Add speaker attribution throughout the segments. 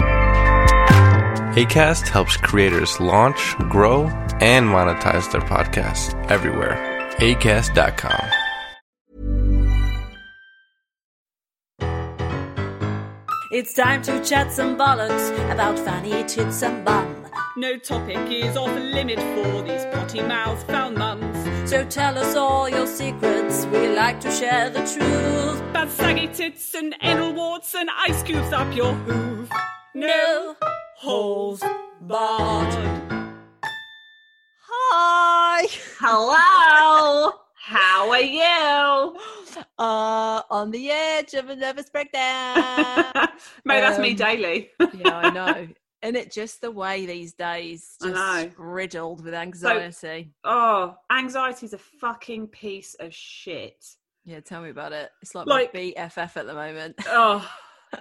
Speaker 1: ACAST helps creators launch, grow, and monetize their podcasts everywhere. ACAST.com.
Speaker 2: It's time to chat some bollocks about fanny tits and bum.
Speaker 3: No topic is off limit for these potty mouth foul mums.
Speaker 2: So tell us all your secrets. We like to share the truth.
Speaker 3: Bad saggy tits and anal warts and ice cubes up your hoof. No holes barred.
Speaker 4: Hi. Hello. How are you? Uh, on the edge of a nervous breakdown.
Speaker 3: Mate, that's me
Speaker 4: Um,
Speaker 3: daily.
Speaker 4: yeah, I know. And it just the way these days,
Speaker 3: I
Speaker 4: just
Speaker 3: know.
Speaker 4: riddled with anxiety.
Speaker 3: oh, anxiety's a fucking piece of shit.
Speaker 4: yeah, tell me about it. It's like,
Speaker 3: Like-
Speaker 4: my BFF at the moment.
Speaker 3: Oh,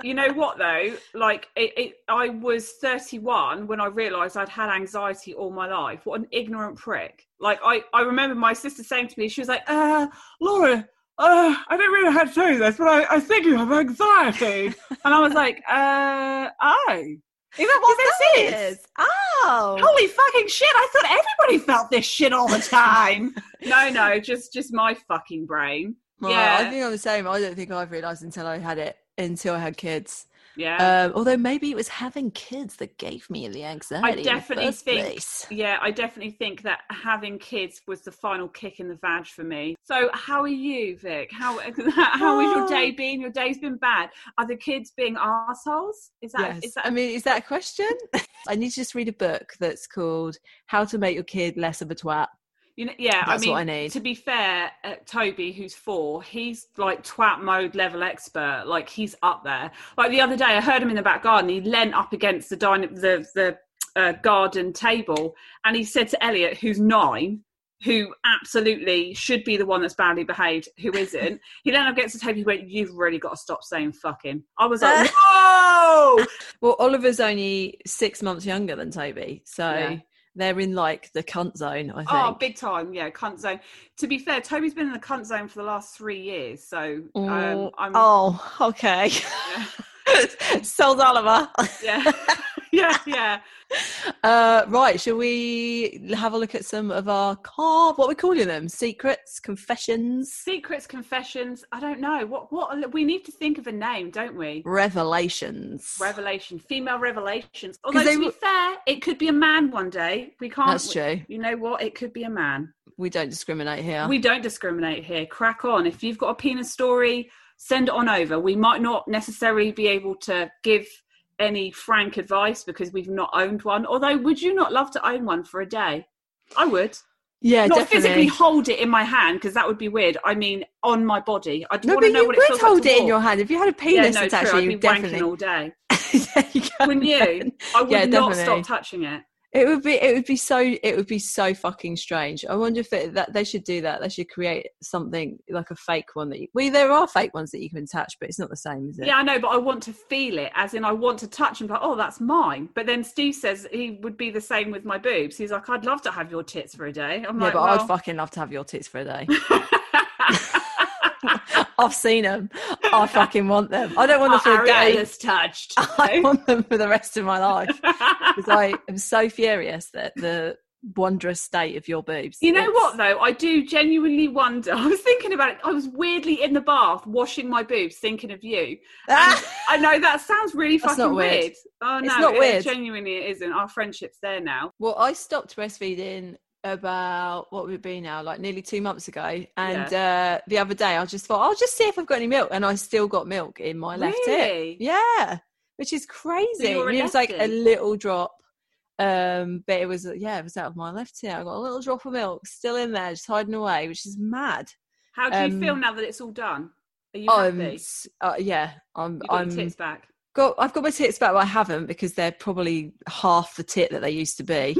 Speaker 3: you know what though? Like, it, it, I was 31 when I realised I'd had anxiety all my life. What an ignorant prick! Like, I, I remember my sister saying to me, she was like, "Uh, Laura, uh, I don't really know how to tell you this, but I, I think you have anxiety." and I was like, "Uh, oh, is that what this is?"
Speaker 4: Oh.
Speaker 3: Holy fucking shit! I thought everybody felt this shit all the time. no, no, just just my fucking brain.
Speaker 4: Well, I
Speaker 3: yeah.
Speaker 4: think I'm the same. I don't think I've realised until I had it, until I had kids.
Speaker 3: Yeah.
Speaker 4: Um, although maybe it was having kids that gave me the anxiety. in the
Speaker 3: definitely
Speaker 4: first
Speaker 3: think-
Speaker 4: place.
Speaker 3: Yeah, I definitely think that having kids was the final kick in the vag for me. So, how are you, Vic? How how is your day been? Your day's been bad. Are the kids being arseholes? Is that is
Speaker 4: Yes.
Speaker 3: that
Speaker 4: I mean, is that a question? I need to just read a book that's called How to Make Your Kid Less of a Twat.
Speaker 3: you know, yeah? I
Speaker 4: That's
Speaker 3: mean,
Speaker 4: what I need.
Speaker 3: to be fair, uh, Toby, who's four, he's like twat mode level expert. Like he's up there. Like the other day, I heard him in the back garden. He leant up against the din- the the uh, garden table, and he said to Elliot, who's nine, who absolutely should be the one that's badly behaved, who isn't. he leaned up against the table. He went, "You've really got to stop saying fucking." I was like,
Speaker 4: Uh.
Speaker 3: "Whoa!"
Speaker 4: Well, Oliver's only six months younger than Toby, so
Speaker 3: Yeah.
Speaker 4: they're in like the cunt zone, I think.
Speaker 3: Oh, big time, yeah, cunt zone. To be fair, Toby's been in the cunt zone for the last three years, so um,
Speaker 4: Oh,
Speaker 3: I'm
Speaker 4: oh, okay.
Speaker 3: Yeah.
Speaker 4: Sold Oliver.
Speaker 3: yeah, yeah, yeah.
Speaker 4: Uh, right, shall we have a look at some of our car? What are we calling them? Secrets, confessions,
Speaker 3: Secrets, confessions. I don't know what. What we need to think of a name, don't we?
Speaker 4: revelations.
Speaker 3: Revelation, female revelations. Although
Speaker 4: they
Speaker 3: to be
Speaker 4: were-
Speaker 3: fair, it could be a man one day. We can't.
Speaker 4: That's true.
Speaker 3: You know what? It could be a man.
Speaker 4: We don't discriminate here.
Speaker 3: We don't discriminate here. Crack on. If you've got a penis story, send it on over. We might not necessarily be able to give any frank advice because we've not owned one. Although, would you not love to own one for a day? I would.
Speaker 4: yeah,
Speaker 3: not
Speaker 4: definitely.
Speaker 3: physically hold it in my hand because that would be weird. I mean, on my body. I'd
Speaker 4: No,
Speaker 3: want
Speaker 4: but
Speaker 3: to know
Speaker 4: you
Speaker 3: what
Speaker 4: would
Speaker 3: it feels
Speaker 4: hold
Speaker 3: like to
Speaker 4: it in your
Speaker 3: walk.
Speaker 4: hand if you had a penis
Speaker 3: yeah, no,
Speaker 4: attached.
Speaker 3: true. I'd
Speaker 4: You
Speaker 3: be
Speaker 4: would definitely.
Speaker 3: wanking all day.
Speaker 4: There you go.
Speaker 3: Wouldn't you? I would
Speaker 4: Yeah,
Speaker 3: not
Speaker 4: definitely.
Speaker 3: stop touching it.
Speaker 4: It would be. It would be so. It would be so fucking strange. I wonder if it, that they should do that. They should create something like a fake one that. You, well, there are fake ones that you can attach, but it's not the same, is it?
Speaker 3: Yeah, I know, but I want to feel it, as in I want to touch and be like, oh, that's mine. But then Steve says he would be the same with my boobs. He's like, I'd love to have your tits for a day. I'm
Speaker 4: Yeah,
Speaker 3: like,
Speaker 4: but
Speaker 3: well,
Speaker 4: I'd fucking love to have your tits for a day. I've seen them. I fucking want them. I don't want them for a day.
Speaker 3: Ariana's touched.
Speaker 4: I want them for the rest of my life because I am so furious that the wondrous state of your boobs.
Speaker 3: You know
Speaker 4: It's-
Speaker 3: what though? I do genuinely wonder. I was thinking about it. I was weirdly in the bath washing my boobs, thinking of you. And I know that sounds really
Speaker 4: That's
Speaker 3: fucking
Speaker 4: not weird.
Speaker 3: weird. Oh no,
Speaker 4: It's not
Speaker 3: it-
Speaker 4: weird.
Speaker 3: Genuinely, it isn't. Our friendship's there now.
Speaker 4: Well, I stopped breastfeeding about what would it be now, like nearly two months ago. And uh, the other day, I just thought, I'll just see if I've got any milk. And I still got milk in my left hip.
Speaker 3: Really?
Speaker 4: Yeah, which is crazy.
Speaker 3: were
Speaker 4: And it was like a
Speaker 3: adapted?
Speaker 4: little drop. Um, but it was, yeah, it was out of my left hip. I got a little drop of milk still in there, just hiding away, which is mad.
Speaker 3: How do
Speaker 4: Um,
Speaker 3: you feel now that it's all done? Are you
Speaker 4: I'm,
Speaker 3: happy?
Speaker 4: s- uh, yeah, I'm,
Speaker 3: You got your
Speaker 4: I'm
Speaker 3: tits back.
Speaker 4: got, I've got my tits back, but I haven't because they're probably half the tit that they used to be.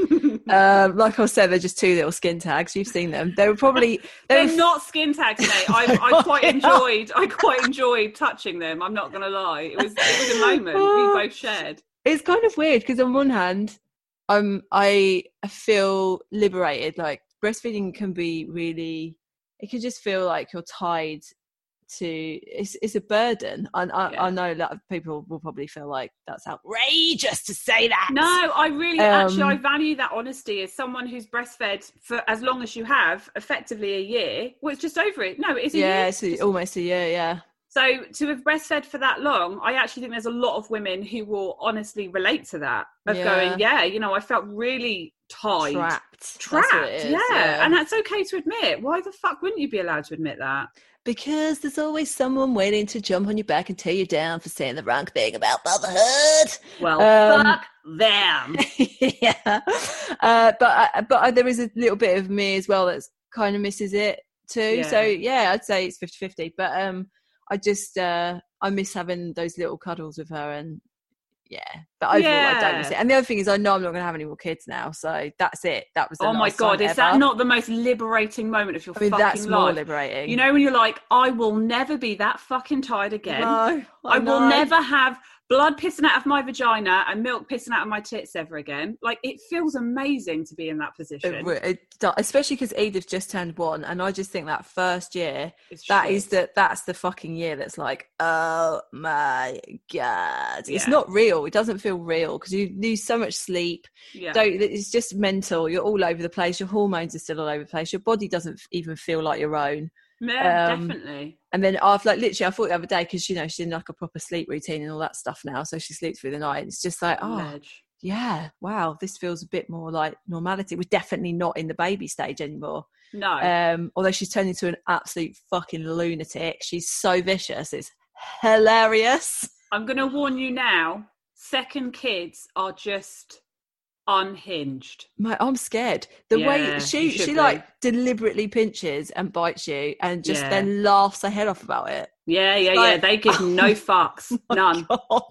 Speaker 4: um, like I said, they're just two little skin tags. You've seen them. They were probably they
Speaker 3: They're
Speaker 4: were
Speaker 3: not skin tags, mate. I,
Speaker 4: No,
Speaker 3: I quite
Speaker 4: they are.
Speaker 3: enjoyed. I quite enjoyed touching them. I'm not gonna lie. It was it was a moment
Speaker 4: Oh.
Speaker 3: we both shared.
Speaker 4: it's kind of weird because on one hand um i I feel liberated like breastfeeding can be really it can just feel like you're tied to it's it's a burden and I,
Speaker 3: Yeah.
Speaker 4: I know that people will probably feel like that's outrageous to say that
Speaker 3: No, I really actually I
Speaker 4: Um,
Speaker 3: value that honesty as someone who's breastfed for as long as you have, effectively a year. Well, it's just over it. No, it is a
Speaker 4: yeah
Speaker 3: year.
Speaker 4: it's a- almost a year yeah
Speaker 3: So to have breastfed for that long, I actually think there's a lot of women who will honestly relate to that of
Speaker 4: Yeah.
Speaker 3: going, yeah, you know, I felt really tied.
Speaker 4: trapped That's what it
Speaker 3: Trapped,
Speaker 4: is,
Speaker 3: yeah. and that's okay to admit. Why the fuck wouldn't you be allowed to admit that?
Speaker 4: because there's always someone waiting to jump on your back and tear you down for saying the wrong thing about motherhood
Speaker 3: Well,
Speaker 4: Um,
Speaker 3: fuck them.
Speaker 4: yeah. Uh, but I, but I, there is a little bit of me as well that's kind of misses it too. So yeah, I'd say it's 50-50. But um, I just uh, I miss having those little cuddles with her and yeah. But overall, I don't miss
Speaker 3: Yeah.
Speaker 4: it. And the other thing is, I know I'm not going to have any more kids now, so that's it. That was the
Speaker 3: Oh my
Speaker 4: last one
Speaker 3: god, is
Speaker 4: ever.
Speaker 3: that not the most liberating moment of your
Speaker 4: I mean,
Speaker 3: fucking
Speaker 4: that's more
Speaker 3: life?
Speaker 4: liberating.
Speaker 3: You know when you're like, I will never be that fucking tired again.
Speaker 4: No,
Speaker 3: I will
Speaker 4: know.
Speaker 3: never have blood pissing out of my vagina and milk pissing out of my tits ever again. Like it feels amazing to be in that position.
Speaker 4: It, it, especially because Edith just turned one, and I just think that first year
Speaker 3: It's
Speaker 4: That
Speaker 3: shit.
Speaker 4: is the that's the fucking year that's like, oh my god, it's
Speaker 3: Yeah.
Speaker 4: not real. It doesn't feel real because you lose so much sleep.
Speaker 3: yeah.
Speaker 4: Don't it's just mental. You're all over the place. Your hormones are still all over the place. Your body doesn't f- even feel like your own.
Speaker 3: Yeah,
Speaker 4: um,
Speaker 3: definitely.
Speaker 4: And then I've like literally, I thought the other day because you know she's in like a proper sleep routine and all that stuff now, so she sleeps through the night. It's just like, oh
Speaker 3: Ledge.
Speaker 4: yeah, wow, this feels a bit more like normality. We're definitely not in the baby stage anymore.
Speaker 3: No.
Speaker 4: Um, although she's turned into an absolute fucking lunatic. She's so vicious. It's hilarious.
Speaker 3: I'm gonna warn you now, second kids are just unhinged.
Speaker 4: My, I'm scared. The way
Speaker 3: Yeah,
Speaker 4: she
Speaker 3: you should
Speaker 4: she
Speaker 3: be.
Speaker 4: like deliberately pinches and bites you, and just
Speaker 3: Yeah.
Speaker 4: then laughs her head off about it.
Speaker 3: Yeah, yeah, yeah.
Speaker 4: Like- Oh
Speaker 3: They give no fucks.
Speaker 4: My
Speaker 3: None.
Speaker 4: God.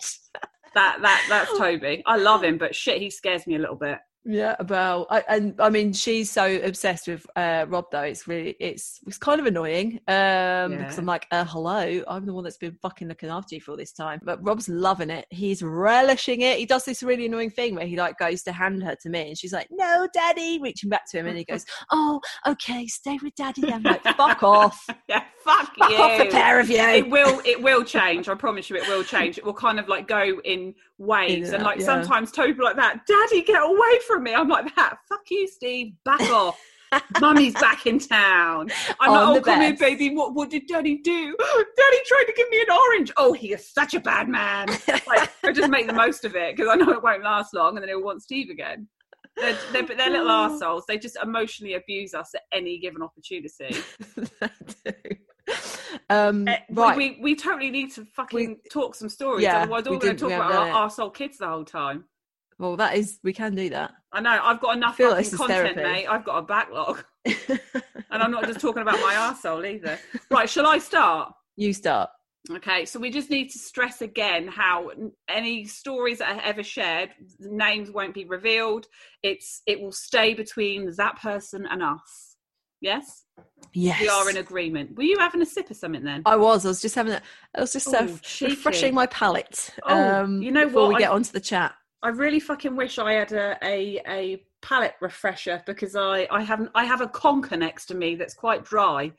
Speaker 3: That that that's Toby. I love him, but shit, he scares me a little bit.
Speaker 4: Yeah, well, I, and I mean, she's so obsessed with uh, Rob though. It's really, it's it's kind of annoying um, because
Speaker 3: Yeah.
Speaker 4: I'm like, uh, hello, I'm the one that's been fucking looking after you for all this time. But Rob's loving it. He's relishing it. He does this really annoying thing where he like goes to hand her to me, and she's like, no, daddy, reaching back to him, and he goes, oh, okay, stay with daddy. Then. I'm like, fuck off,
Speaker 3: Yeah, fuck,
Speaker 4: fuck
Speaker 3: you.
Speaker 4: off the pair of
Speaker 3: it
Speaker 4: you.
Speaker 3: will it will change i promise you it will change it will kind of like go in waves
Speaker 4: In and
Speaker 3: and
Speaker 4: out,
Speaker 3: like
Speaker 4: yeah.
Speaker 3: sometimes toby like that daddy get away from me i'm like that fuck you steve back off mummy's back in town i'm
Speaker 4: On
Speaker 3: like
Speaker 4: the
Speaker 3: oh come
Speaker 4: best.
Speaker 3: here baby what what did daddy do daddy tried to give me an orange oh he is such a bad man like i just make the most of it because i know it won't last long and then he'll want steve again they're, they're, but they're little assholes. They just emotionally abuse us at any given opportunity.
Speaker 4: um,
Speaker 3: Eh, we-
Speaker 4: right.
Speaker 3: We, we totally need to fucking talk some stories.
Speaker 4: Yeah,
Speaker 3: Otherwise,
Speaker 4: we
Speaker 3: all we're going
Speaker 4: didn't-
Speaker 3: to talk
Speaker 4: we
Speaker 3: about
Speaker 4: haven't
Speaker 3: are
Speaker 4: done
Speaker 3: our arsehole kids the whole time.
Speaker 4: well, that is, we can do that.
Speaker 3: I know. I've got enough
Speaker 4: feel like
Speaker 3: fucking
Speaker 4: this is
Speaker 3: content,
Speaker 4: therapy.
Speaker 3: mate. I've got a backlog. And I'm not just talking about my arsehole either. Right, shall I start?
Speaker 4: you start.
Speaker 3: Okay, so we just need to stress again how n- any stories that are ever shared, names won't be revealed. It's It will stay between that person and us. Yes?
Speaker 4: Yes.
Speaker 3: We are in agreement. Were you having a sip of something then?
Speaker 4: I was. I was just having a. I was just
Speaker 3: Ooh,
Speaker 4: so refreshing
Speaker 3: Oh, cheeky.
Speaker 4: my palate.
Speaker 3: Oh,
Speaker 4: um,
Speaker 3: you know
Speaker 4: before
Speaker 3: what?
Speaker 4: we get
Speaker 3: I-
Speaker 4: onto the chat.
Speaker 3: I really fucking wish I had a a, a palate refresher because I I haven't I have a conker next to me that's quite dry.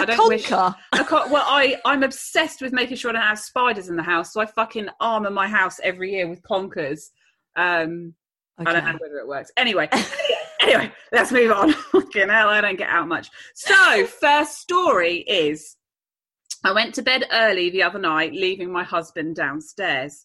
Speaker 4: A
Speaker 3: I don't wish.
Speaker 4: conker.
Speaker 3: A con- well, I I'm obsessed with making sure I don't have spiders in the house, so I fucking armor my house every year with conkers. Um, I don't know
Speaker 4: Okay.
Speaker 3: whether it works. Anyway, anyway, let's move on. Fucking hell, I don't get out much. So, first story is I went to bed early the other night, leaving my husband downstairs.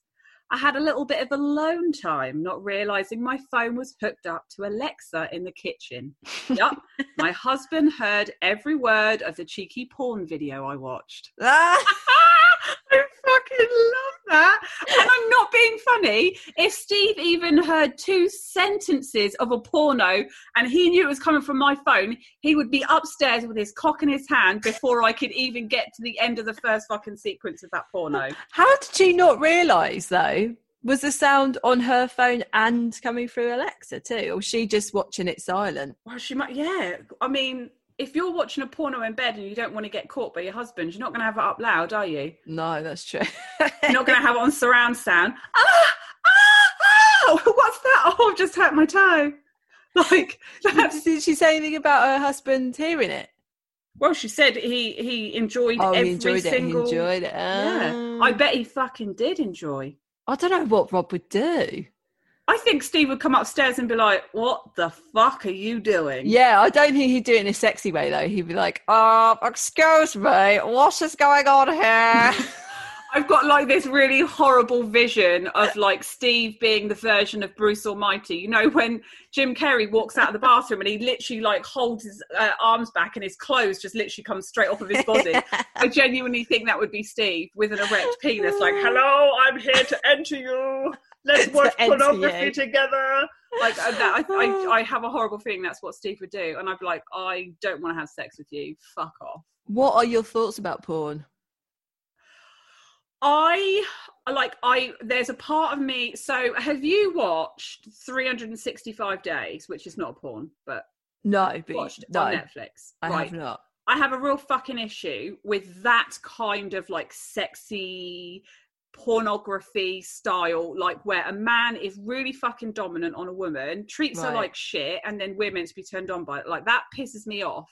Speaker 3: I had a little bit of alone time, not realizing my phone was hooked up to Alexa in the kitchen. Yup, my husband heard every word of the cheeky porn video I watched.
Speaker 4: Ah,
Speaker 3: I fucking love that. And I'm not being funny. If Steve even heard two sentences of a porno and he knew it was coming from my phone, he would be upstairs with his cock in his hand before I could even get to the end of the first fucking sequence of that porno.
Speaker 4: How did she not realise though? Was the sound on her phone and coming through Alexa too, or was she just watching it silent?
Speaker 3: Well, she might, yeah. I mean, if you're watching a porno in bed and you don't want to get caught by your husband, you're not going to have it up loud, are you?
Speaker 4: No, that's true.
Speaker 3: You're not going to have it on surround sound. Ah, ah, ah, what's that? Oh, I've just hurt my toe. Like that's
Speaker 4: Did she say anything about her husband hearing it?
Speaker 3: well, she said he he enjoyed
Speaker 4: Oh,
Speaker 3: every
Speaker 4: he enjoyed
Speaker 3: single.
Speaker 4: it. He enjoyed it.
Speaker 3: Yeah,
Speaker 4: Ah.
Speaker 3: I bet he fucking did enjoy.
Speaker 4: I don't know what Rob would do.
Speaker 3: I think Steve would come upstairs and be like, "What the fuck are you doing?"
Speaker 4: Yeah, I don't think he'd do it in a sexy way though. He'd be like, "Uh, excuse me, what is going on here?"
Speaker 3: I've got like this really horrible vision of like Steve being the version of Bruce Almighty. You know, when Jim Carrey walks out of the bathroom and he literally like holds his uh, arms back and his clothes just literally comes straight off of his body. I genuinely think that would be Steve with an erect penis, like, hello, I'm here to enter you. Let's
Speaker 4: To
Speaker 3: watch
Speaker 4: enter
Speaker 3: pornography
Speaker 4: you."
Speaker 3: together. Like, uh, that, I, I, I have a horrible feeling that's what Steve would do. And I'd be like, I don't want to have sex with you. Fuck off.
Speaker 4: what are your thoughts about porn?
Speaker 3: I like I there's a part of me so have you watched 365 days which is not a porn but
Speaker 4: No, but
Speaker 3: watched
Speaker 4: no,
Speaker 3: on Netflix
Speaker 4: I
Speaker 3: right
Speaker 4: have not.
Speaker 3: I have a real fucking issue with that kind of like sexy pornography style like where a man is really fucking dominant on a woman treats her
Speaker 4: Right.
Speaker 3: like shit and then we're meant to be turned on by it like that pisses me off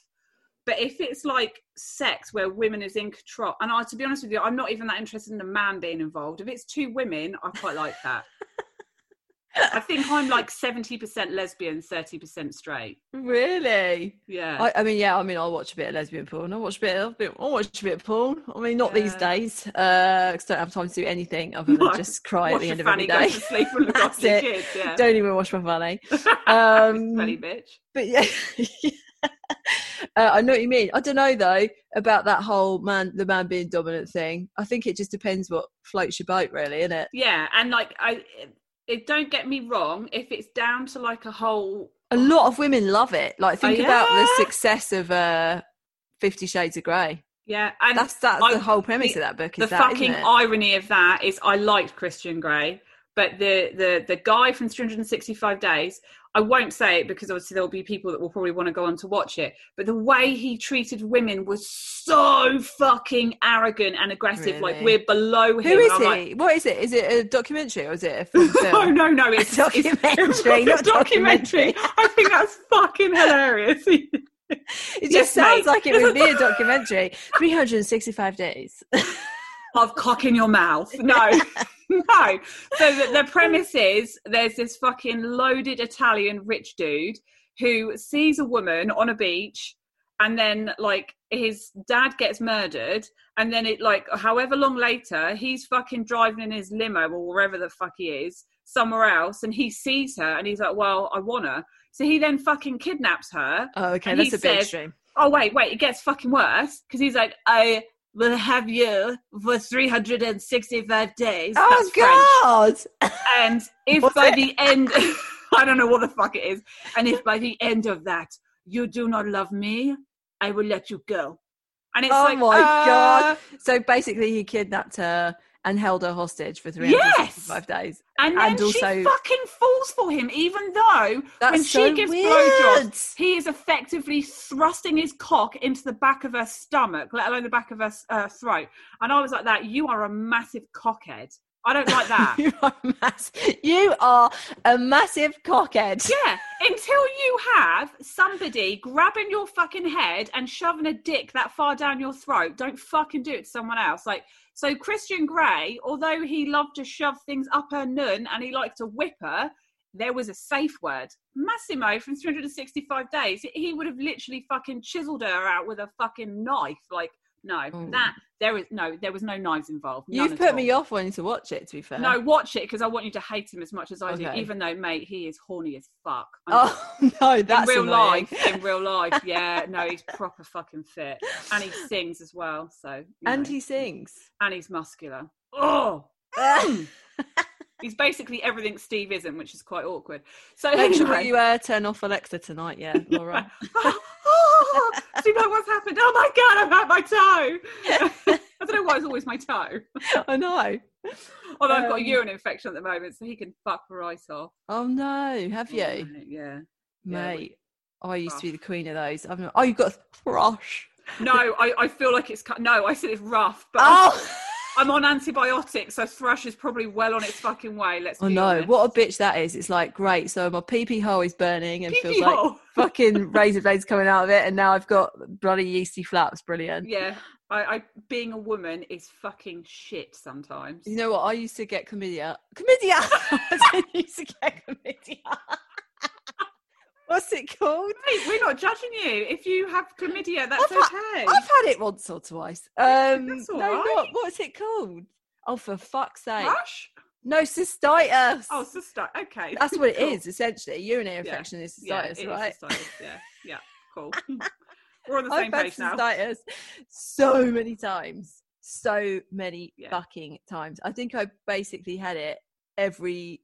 Speaker 3: but if it's like sex where women is in control and I to be honest with you I'm not even that interested in a man being involved if it's two women I quite like that I think I'm like 70% lesbian 30% straight
Speaker 4: Really?
Speaker 3: yeah
Speaker 4: I, I mean, yeah. I mean, I watch a bit of lesbian porn. I watch a bit of, bit- I watch a bit of porn. I mean, not these
Speaker 3: Yeah.
Speaker 4: days. Uh, 'cause I don't have time to do anything other than
Speaker 3: No.
Speaker 4: just cry
Speaker 3: Wash
Speaker 4: at the
Speaker 3: your
Speaker 4: end of every
Speaker 3: fanny,
Speaker 4: day.
Speaker 3: Go to sleep and look
Speaker 4: That's
Speaker 3: after your
Speaker 4: it.
Speaker 3: kids. Yeah.
Speaker 4: Don't even wash my fanny. Um,
Speaker 3: Funny bitch.
Speaker 4: but yeah, Uh, I know what you mean. I don't know though about that whole man, the man being dominant thing. I think it just depends what floats your boat, really, isn't it?
Speaker 3: Yeah, and like I, it, don't get me wrong. If it's down to like a whole,
Speaker 4: A lot of women love it. Like think
Speaker 3: Oh,
Speaker 4: about the
Speaker 3: yeah?
Speaker 4: success of uh, Fifty Shades of Grey.
Speaker 3: yeah, and
Speaker 4: That's that's
Speaker 3: I-
Speaker 4: the whole premise
Speaker 3: the-
Speaker 4: of that book. Is
Speaker 3: the
Speaker 4: that,
Speaker 3: fucking
Speaker 4: isn't it?
Speaker 3: irony of that is I liked Christian Grey, but the the the guy from 365 Days, I won't say it because obviously there'll be people that will probably want to go on to watch it. But the way he treated women was so fucking arrogant and aggressive. Like
Speaker 4: Really?
Speaker 3: we're below him.
Speaker 4: Who is
Speaker 3: I'm
Speaker 4: he?
Speaker 3: like,
Speaker 4: what is it? Is it a documentary or is it a film?
Speaker 3: No, Oh, no, no. It's
Speaker 4: Documentary,
Speaker 3: It's
Speaker 4: not
Speaker 3: a documentary. I think that's fucking hilarious.
Speaker 4: It just
Speaker 3: Yes,
Speaker 4: sounds
Speaker 3: mate.
Speaker 4: like it would be a documentary. 365 days.
Speaker 3: of cock in your mouth. No, no. So the, the premise is there's this fucking loaded Italian rich dude who sees a woman on a beach, and then like his dad gets murdered, and then it like however long later he's fucking driving in his limo or wherever the fuck he is somewhere else, and he sees her, and he's like, well, I want her. So he then fucking kidnaps her.
Speaker 4: Oh, okay,
Speaker 3: And
Speaker 4: that's
Speaker 3: he
Speaker 4: a bit
Speaker 3: says-
Speaker 4: extreme.
Speaker 3: oh wait, wait, it gets fucking worse because he's like, I will have you for 365 days. That's
Speaker 4: Oh God!
Speaker 3: French. And if
Speaker 4: Was
Speaker 3: by
Speaker 4: it?
Speaker 3: the end, I don't know what the fuck it is. And if by the end of that you do not love me, I will let you go. And it's
Speaker 4: Oh
Speaker 3: like,
Speaker 4: my
Speaker 3: uh,
Speaker 4: God. So basically, he kidnapped her and held her hostage for 365 days.
Speaker 3: And then
Speaker 4: And
Speaker 3: she
Speaker 4: also-
Speaker 3: fucking falls for him, even though
Speaker 4: That's
Speaker 3: when
Speaker 4: so
Speaker 3: she gives
Speaker 4: weird.
Speaker 3: blowjobs, he is effectively thrusting his cock into the back of her stomach, let alone the back of her uh, throat. And I was like, "That you are a massive cockhead. I don't like that."
Speaker 4: you, are a mass- you are a massive cockhead.
Speaker 3: yeah, until you have somebody grabbing your fucking head and shoving a dick that far down your throat, don't fucking do it to someone else. Like, so Christian Grey, although he loved to shove things up her nun and he liked to whip her, there was a safe word Massimo from 365 Days, he would have literally fucking chiseled her out with a fucking knife. Like, no, that there is no, there was no knives involved. none
Speaker 4: Oh. You've
Speaker 3: at
Speaker 4: put
Speaker 3: all.
Speaker 4: me off wanting to watch it. To be fair,
Speaker 3: No, watch it because I want you to hate him as much as I do.
Speaker 4: Okay.
Speaker 3: Even though, mate, he is horny as fuck. I'm
Speaker 4: Oh no, that's
Speaker 3: in real
Speaker 4: annoying.
Speaker 3: life. In real life, yeah. No, he's proper fucking fit, and he sings as well. So you
Speaker 4: and
Speaker 3: know.
Speaker 4: he sings.
Speaker 3: and he's muscular. Oh, he's basically everything Steve isn't, which is quite awkward. So
Speaker 4: Make sure
Speaker 3: anyway.
Speaker 4: you uh, turn off Alexa tonight. Yeah, Laura.
Speaker 3: Steve, like, what's happened? Oh my god, I've hurt my toe. I don't know why it's always my toe.
Speaker 4: I know.
Speaker 3: Although I've got a
Speaker 4: Um,
Speaker 3: urine infection at the moment, so he can fuck right off.
Speaker 4: Oh no, have you,
Speaker 3: Yeah. Yeah, we-
Speaker 4: mate? I used to be the queen of those. I'm not, oh, you've got thrush.
Speaker 3: No, I, I feel like it's cut. No, I said it's rough, but
Speaker 4: Oh,
Speaker 3: I'm on antibiotics, so thrush is probably well on its fucking way. Let's.
Speaker 4: oh
Speaker 3: be
Speaker 4: no,
Speaker 3: honest.
Speaker 4: what a bitch that is. It's like great. So my pee pee hole is burning and feels
Speaker 3: Pee-pee
Speaker 4: like
Speaker 3: hole.
Speaker 4: fucking razor blades coming out of it, and now I've got bloody yeasty flaps. Brilliant.
Speaker 3: Yeah, I, I being a woman is fucking shit sometimes.
Speaker 4: You know what? I used to get chlamydia. Chlamydia. I used to get chlamydia. What's it called?
Speaker 3: Mate, we're not judging you. If you have chlamydia, that's
Speaker 4: I've
Speaker 3: okay.
Speaker 4: I've had it once or twice. Um,
Speaker 3: that's all
Speaker 4: no,
Speaker 3: right.
Speaker 4: not what's it called? Oh, for fuck's sake!
Speaker 3: Thrush?
Speaker 4: No cystitis.
Speaker 3: Oh, sister. Okay.
Speaker 4: that's what it
Speaker 3: cool.
Speaker 4: is essentially. Urinary
Speaker 3: Yeah.
Speaker 4: infection is
Speaker 3: Yeah,
Speaker 4: cystitis,
Speaker 3: it is
Speaker 4: right?
Speaker 3: cystitis, Yeah, yeah, cool. We're on the
Speaker 4: I've
Speaker 3: same
Speaker 4: had
Speaker 3: page now.
Speaker 4: cystitis so many times, so many
Speaker 3: Yeah.
Speaker 4: fucking times. I think I basically had it every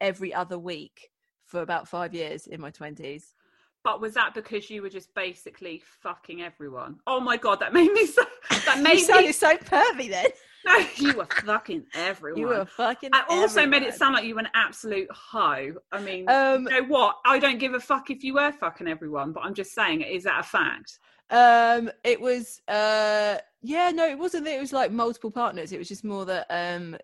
Speaker 4: every other week for about five years in my twenties.
Speaker 3: But was that because you were just basically fucking everyone? Oh my god, that made me so. That
Speaker 4: You
Speaker 3: made me.
Speaker 4: sounded so pervy then.
Speaker 3: No, you were fucking everyone.
Speaker 4: You were fucking.
Speaker 3: I also made it
Speaker 4: everyone.
Speaker 3: sound like you were an absolute hoe. I mean,
Speaker 4: Um,
Speaker 3: you know what? I don't give a fuck if you were fucking everyone, but I'm just saying, is that a fact?
Speaker 4: um it was uh yeah no it wasn't that it was like multiple partners it was just more that um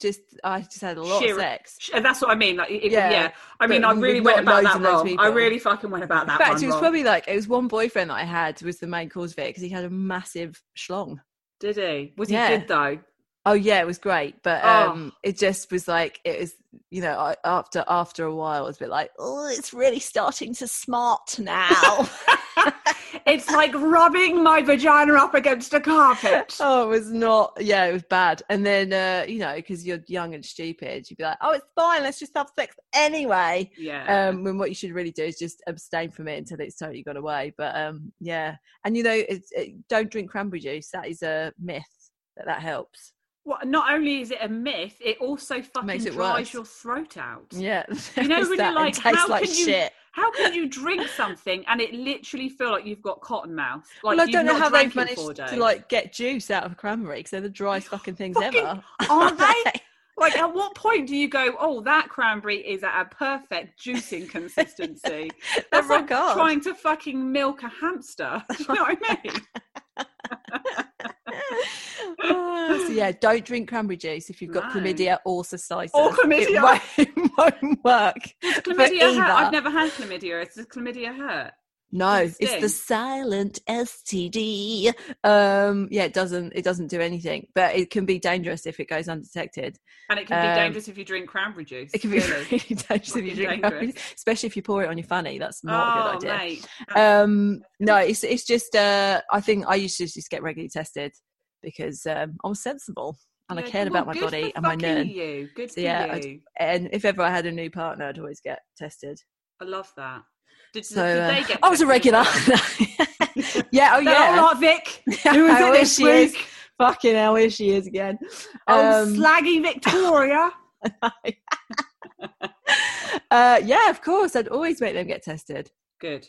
Speaker 4: just i just had a lot
Speaker 3: Sheer-
Speaker 4: of sex
Speaker 3: Sh- uh, That's what I mean. Like, if, yeah.
Speaker 4: Yeah,
Speaker 3: I mean,
Speaker 4: but
Speaker 3: I really
Speaker 4: with
Speaker 3: went
Speaker 4: not loads
Speaker 3: about that
Speaker 4: and loads of
Speaker 3: wrong. I
Speaker 4: people.
Speaker 3: really fucking went about
Speaker 4: in
Speaker 3: that
Speaker 4: fact
Speaker 3: one
Speaker 4: it was
Speaker 3: wrong.
Speaker 4: probably like it was one boyfriend that i had was the main cause of it because he had a massive schlong
Speaker 3: Did he? Was
Speaker 4: Yeah.
Speaker 3: he good though?
Speaker 4: oh yeah it was great but
Speaker 3: Oh.
Speaker 4: um it just was like it was you know I- after after a while it was a bit like oh it's really starting to smart now
Speaker 3: It's like rubbing my vagina up against a carpet.
Speaker 4: Oh, it was not. Yeah, it was bad. And then, uh, you know, because you're young and stupid, you'd be like, "Oh, it's fine. Let's just have sex anyway."
Speaker 3: Yeah.
Speaker 4: Um, when what you should really do is just abstain from it until it's totally gone away. But um, yeah, and you know, it's, it, don't drink cranberry juice. That is a myth. That that helps.
Speaker 3: What? Not only is it a myth, it also fucking
Speaker 4: Makes it
Speaker 3: dries
Speaker 4: worse.
Speaker 3: your throat out.
Speaker 4: Yeah,
Speaker 3: You know,
Speaker 4: there's
Speaker 3: when
Speaker 4: that,
Speaker 3: you're
Speaker 4: it
Speaker 3: like,
Speaker 4: tastes
Speaker 3: how
Speaker 4: like
Speaker 3: can you?
Speaker 4: shit.
Speaker 3: How can you drink something and it literally feel like you've got cotton mouth? Like
Speaker 4: well, I
Speaker 3: you've
Speaker 4: don't know
Speaker 3: not
Speaker 4: how they've
Speaker 3: drank in
Speaker 4: managed
Speaker 3: four
Speaker 4: to
Speaker 3: days.
Speaker 4: like get juice out of cranberry because they're the driest fucking things
Speaker 3: Fucking-
Speaker 4: ever.
Speaker 3: aren't they? Like, at what point do you go, oh, that cranberry is at a perfect juicing consistency?
Speaker 4: They're
Speaker 3: That's
Speaker 4: rock
Speaker 3: like
Speaker 4: hard.
Speaker 3: trying to fucking milk a hamster. Do you know what I mean?
Speaker 4: Ah, so yeah, don't drink cranberry juice if you've got
Speaker 3: No.
Speaker 4: chlamydia or cystitis.
Speaker 3: Or chlamydia.
Speaker 4: It won't, it won't work. for
Speaker 3: Chlamydia hurt.
Speaker 4: either.
Speaker 3: I've never had chlamydia. It's just chlamydia hurt.
Speaker 4: no,
Speaker 3: Does it
Speaker 4: it's the
Speaker 3: sting?
Speaker 4: silent STD. Um, yeah, it doesn't. It doesn't do anything, but it can be dangerous if it goes undetected.
Speaker 3: And it can be
Speaker 4: Um,
Speaker 3: dangerous if you drink cranberry juice.
Speaker 4: It can be
Speaker 3: clearly.
Speaker 4: really dangerous if you
Speaker 3: Fucking
Speaker 4: drink cranberry juice, especially if you pour it on your fanny. That's not
Speaker 3: oh,
Speaker 4: a good idea.
Speaker 3: mate.
Speaker 4: um no it's it's just uh i think i used to just get regularly tested because um i'm sensible and i
Speaker 3: Yeah,
Speaker 4: cared
Speaker 3: well,
Speaker 4: about my
Speaker 3: good
Speaker 4: body
Speaker 3: for
Speaker 4: and my
Speaker 3: fucking
Speaker 4: nerd
Speaker 3: You. Good
Speaker 4: So,
Speaker 3: for
Speaker 4: yeah, I-
Speaker 3: you.
Speaker 4: and if ever i had a new partner i'd always get tested
Speaker 3: I, love that. Did,
Speaker 4: so
Speaker 3: did
Speaker 4: uh,
Speaker 3: they get
Speaker 4: i was a
Speaker 3: tested
Speaker 4: regular
Speaker 3: as well?
Speaker 4: yeah oh
Speaker 3: They're all
Speaker 4: yeah
Speaker 3: right, Vic. Who was
Speaker 4: I
Speaker 3: it
Speaker 4: wish
Speaker 3: this
Speaker 4: she is.
Speaker 3: week?
Speaker 4: Fucking hell, here she is again.
Speaker 3: Oh,
Speaker 4: Um,
Speaker 3: slaggy Victoria.
Speaker 4: uh, yeah, of course. I'd always make them get tested.
Speaker 3: Good.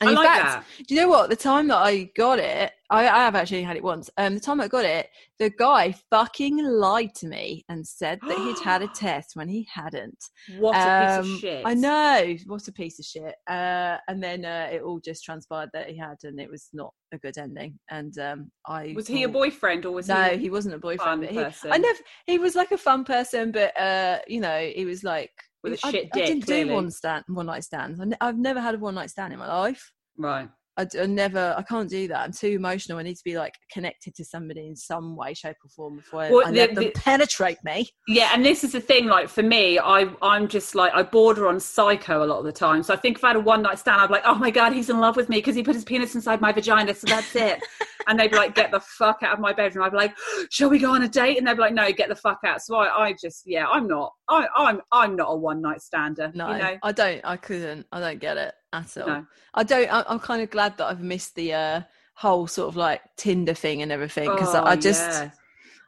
Speaker 4: And
Speaker 3: I
Speaker 4: in
Speaker 3: like
Speaker 4: fact,
Speaker 3: that.
Speaker 4: Do you know what? The time that I got it, I, I have actually had it once. Um, the time I got it, the guy fucking lied to me and said that he'd had a test when he hadn't.
Speaker 3: What a piece
Speaker 4: Um,
Speaker 3: of shit.
Speaker 4: I know. What a piece of shit. Uh, and then uh, it all just transpired that he had, and it was not a good ending. And um, I
Speaker 3: Was he a
Speaker 4: will-
Speaker 3: boyfriend or was
Speaker 4: no,
Speaker 3: he?
Speaker 4: he wasn't a
Speaker 3: fun
Speaker 4: boyfriend. But he,
Speaker 3: person?
Speaker 4: I never. He was like a fun person, but uh, you know, he was like
Speaker 3: With a
Speaker 4: I-
Speaker 3: shit
Speaker 4: I,
Speaker 3: dick,
Speaker 4: didn't
Speaker 3: clearly.
Speaker 4: do one stand, one night stands. I ne- I've never had a one night stand in my life.
Speaker 3: Right.
Speaker 4: I, d- I never, I can't do that. I'm too emotional. I need to be like connected to somebody in some way, shape, or form before I-
Speaker 3: Well,
Speaker 4: I
Speaker 3: the-
Speaker 4: let them
Speaker 3: the-
Speaker 4: penetrate me.
Speaker 3: Yeah, and this is the thing. Like for me, I I'm just like I border on psycho a lot of the time. So I think if I had a one night stand, I'd be like, oh my god, he's in love with me because he put his penis inside my vagina. So that's it. and they'd be like, get the fuck out of my bedroom. I'd be like, shall we go on a date? And they'd be like, no, get the fuck out. So I, I just yeah, I'm not. I I'm I'm not a one night stander.
Speaker 4: No,
Speaker 3: you know?
Speaker 4: I don't. I couldn't. I don't get it at all.
Speaker 3: No.
Speaker 4: I don't. I, I'm kind of glad that I've missed the uh, whole sort of like Tinder thing and everything because
Speaker 3: Oh,
Speaker 4: I just.
Speaker 3: yeah.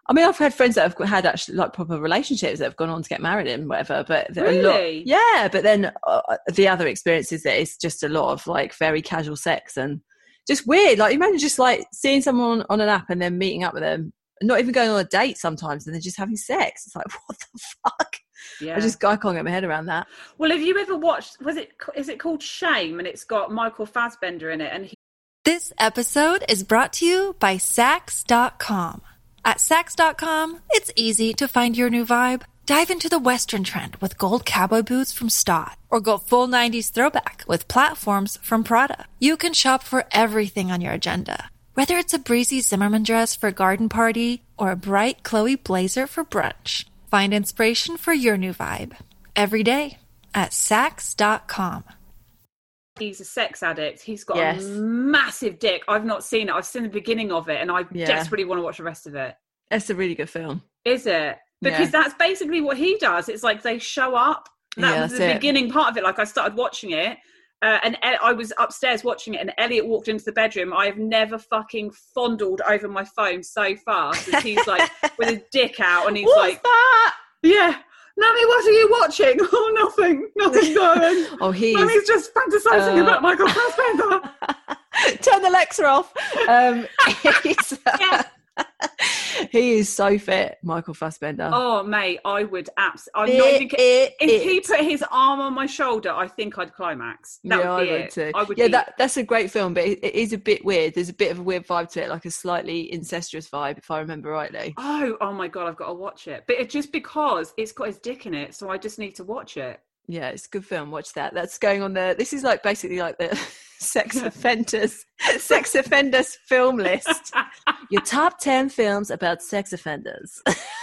Speaker 4: I mean, I've had friends that have had actually like proper relationships that have gone on to get married and whatever, but th- a lot,
Speaker 3: Really?
Speaker 4: yeah. But then uh, the other experience is that it's just a lot of like very casual sex and just weird. Like imagine just like seeing someone on an app and then meeting up with them, not even going on a date sometimes, and then just having sex. It's like what the fuck?
Speaker 3: yeah.
Speaker 4: I just I can't get my head around that.
Speaker 3: Well, have you ever watched? Was it is it called Shame? And it's got Michael Fassbender in it, and he,
Speaker 5: This episode is brought to you by Sax.com. At Sax.com, it's easy to find your new vibe. Dive into the Western trend with gold cowboy boots from Stott, or go full 90s throwback with platforms from Prada. You can shop for everything on your agenda, whether it's a breezy Zimmerman dress for a garden party or a bright Chloe blazer for brunch. Find inspiration for your new vibe every day at Sax.com.
Speaker 3: he's a sex addict. He's got
Speaker 4: Yes.
Speaker 3: a massive dick. I've not seen it. I've seen the beginning of it, and I
Speaker 4: Yeah.
Speaker 3: desperately want to watch the rest of it.
Speaker 4: That's a really good film.
Speaker 3: Is it? Because that's basically what he does. It's like they show up. That
Speaker 4: Yeah,
Speaker 3: was
Speaker 4: that's
Speaker 3: the
Speaker 4: it.
Speaker 3: beginning part of it. Like I started watching it. Uh, and E- I was upstairs watching it, and Elliot walked into the bedroom. I have never fucking fondled over my phone so fast as he's like with his dick out, and he's
Speaker 4: What's
Speaker 3: like,
Speaker 4: that?
Speaker 3: "Yeah, Nanny, what are you watching? Oh, nothing, nothing's going.
Speaker 4: Oh, he's
Speaker 3: Mummy's just fantasizing
Speaker 4: Uh,
Speaker 3: about Michael Fassbender.
Speaker 4: Turn Alexa off. Um, he's, he is so fit, Michael Fassbender.
Speaker 3: oh, mate, I would abs. I'm not even. ki-
Speaker 4: Fit
Speaker 3: If he
Speaker 4: it.
Speaker 3: put his arm on my shoulder, I think I'd climax. That
Speaker 4: yeah,
Speaker 3: would be
Speaker 4: I would
Speaker 3: it.
Speaker 4: too.
Speaker 3: I would
Speaker 4: yeah,
Speaker 3: be-
Speaker 4: that, that's a great film, but it, it is a bit weird. There's a bit of a weird vibe to it, like a slightly incestuous vibe, if I remember rightly.
Speaker 3: Oh, oh my god, I've got to watch it. But it, just because it's got his dick in it, so I just need to watch it.
Speaker 4: Yeah, it's a good film. Watch that. That's going on the. This is like basically like the sex offenders, sex offenders film list. Your top ten films about sex offenders.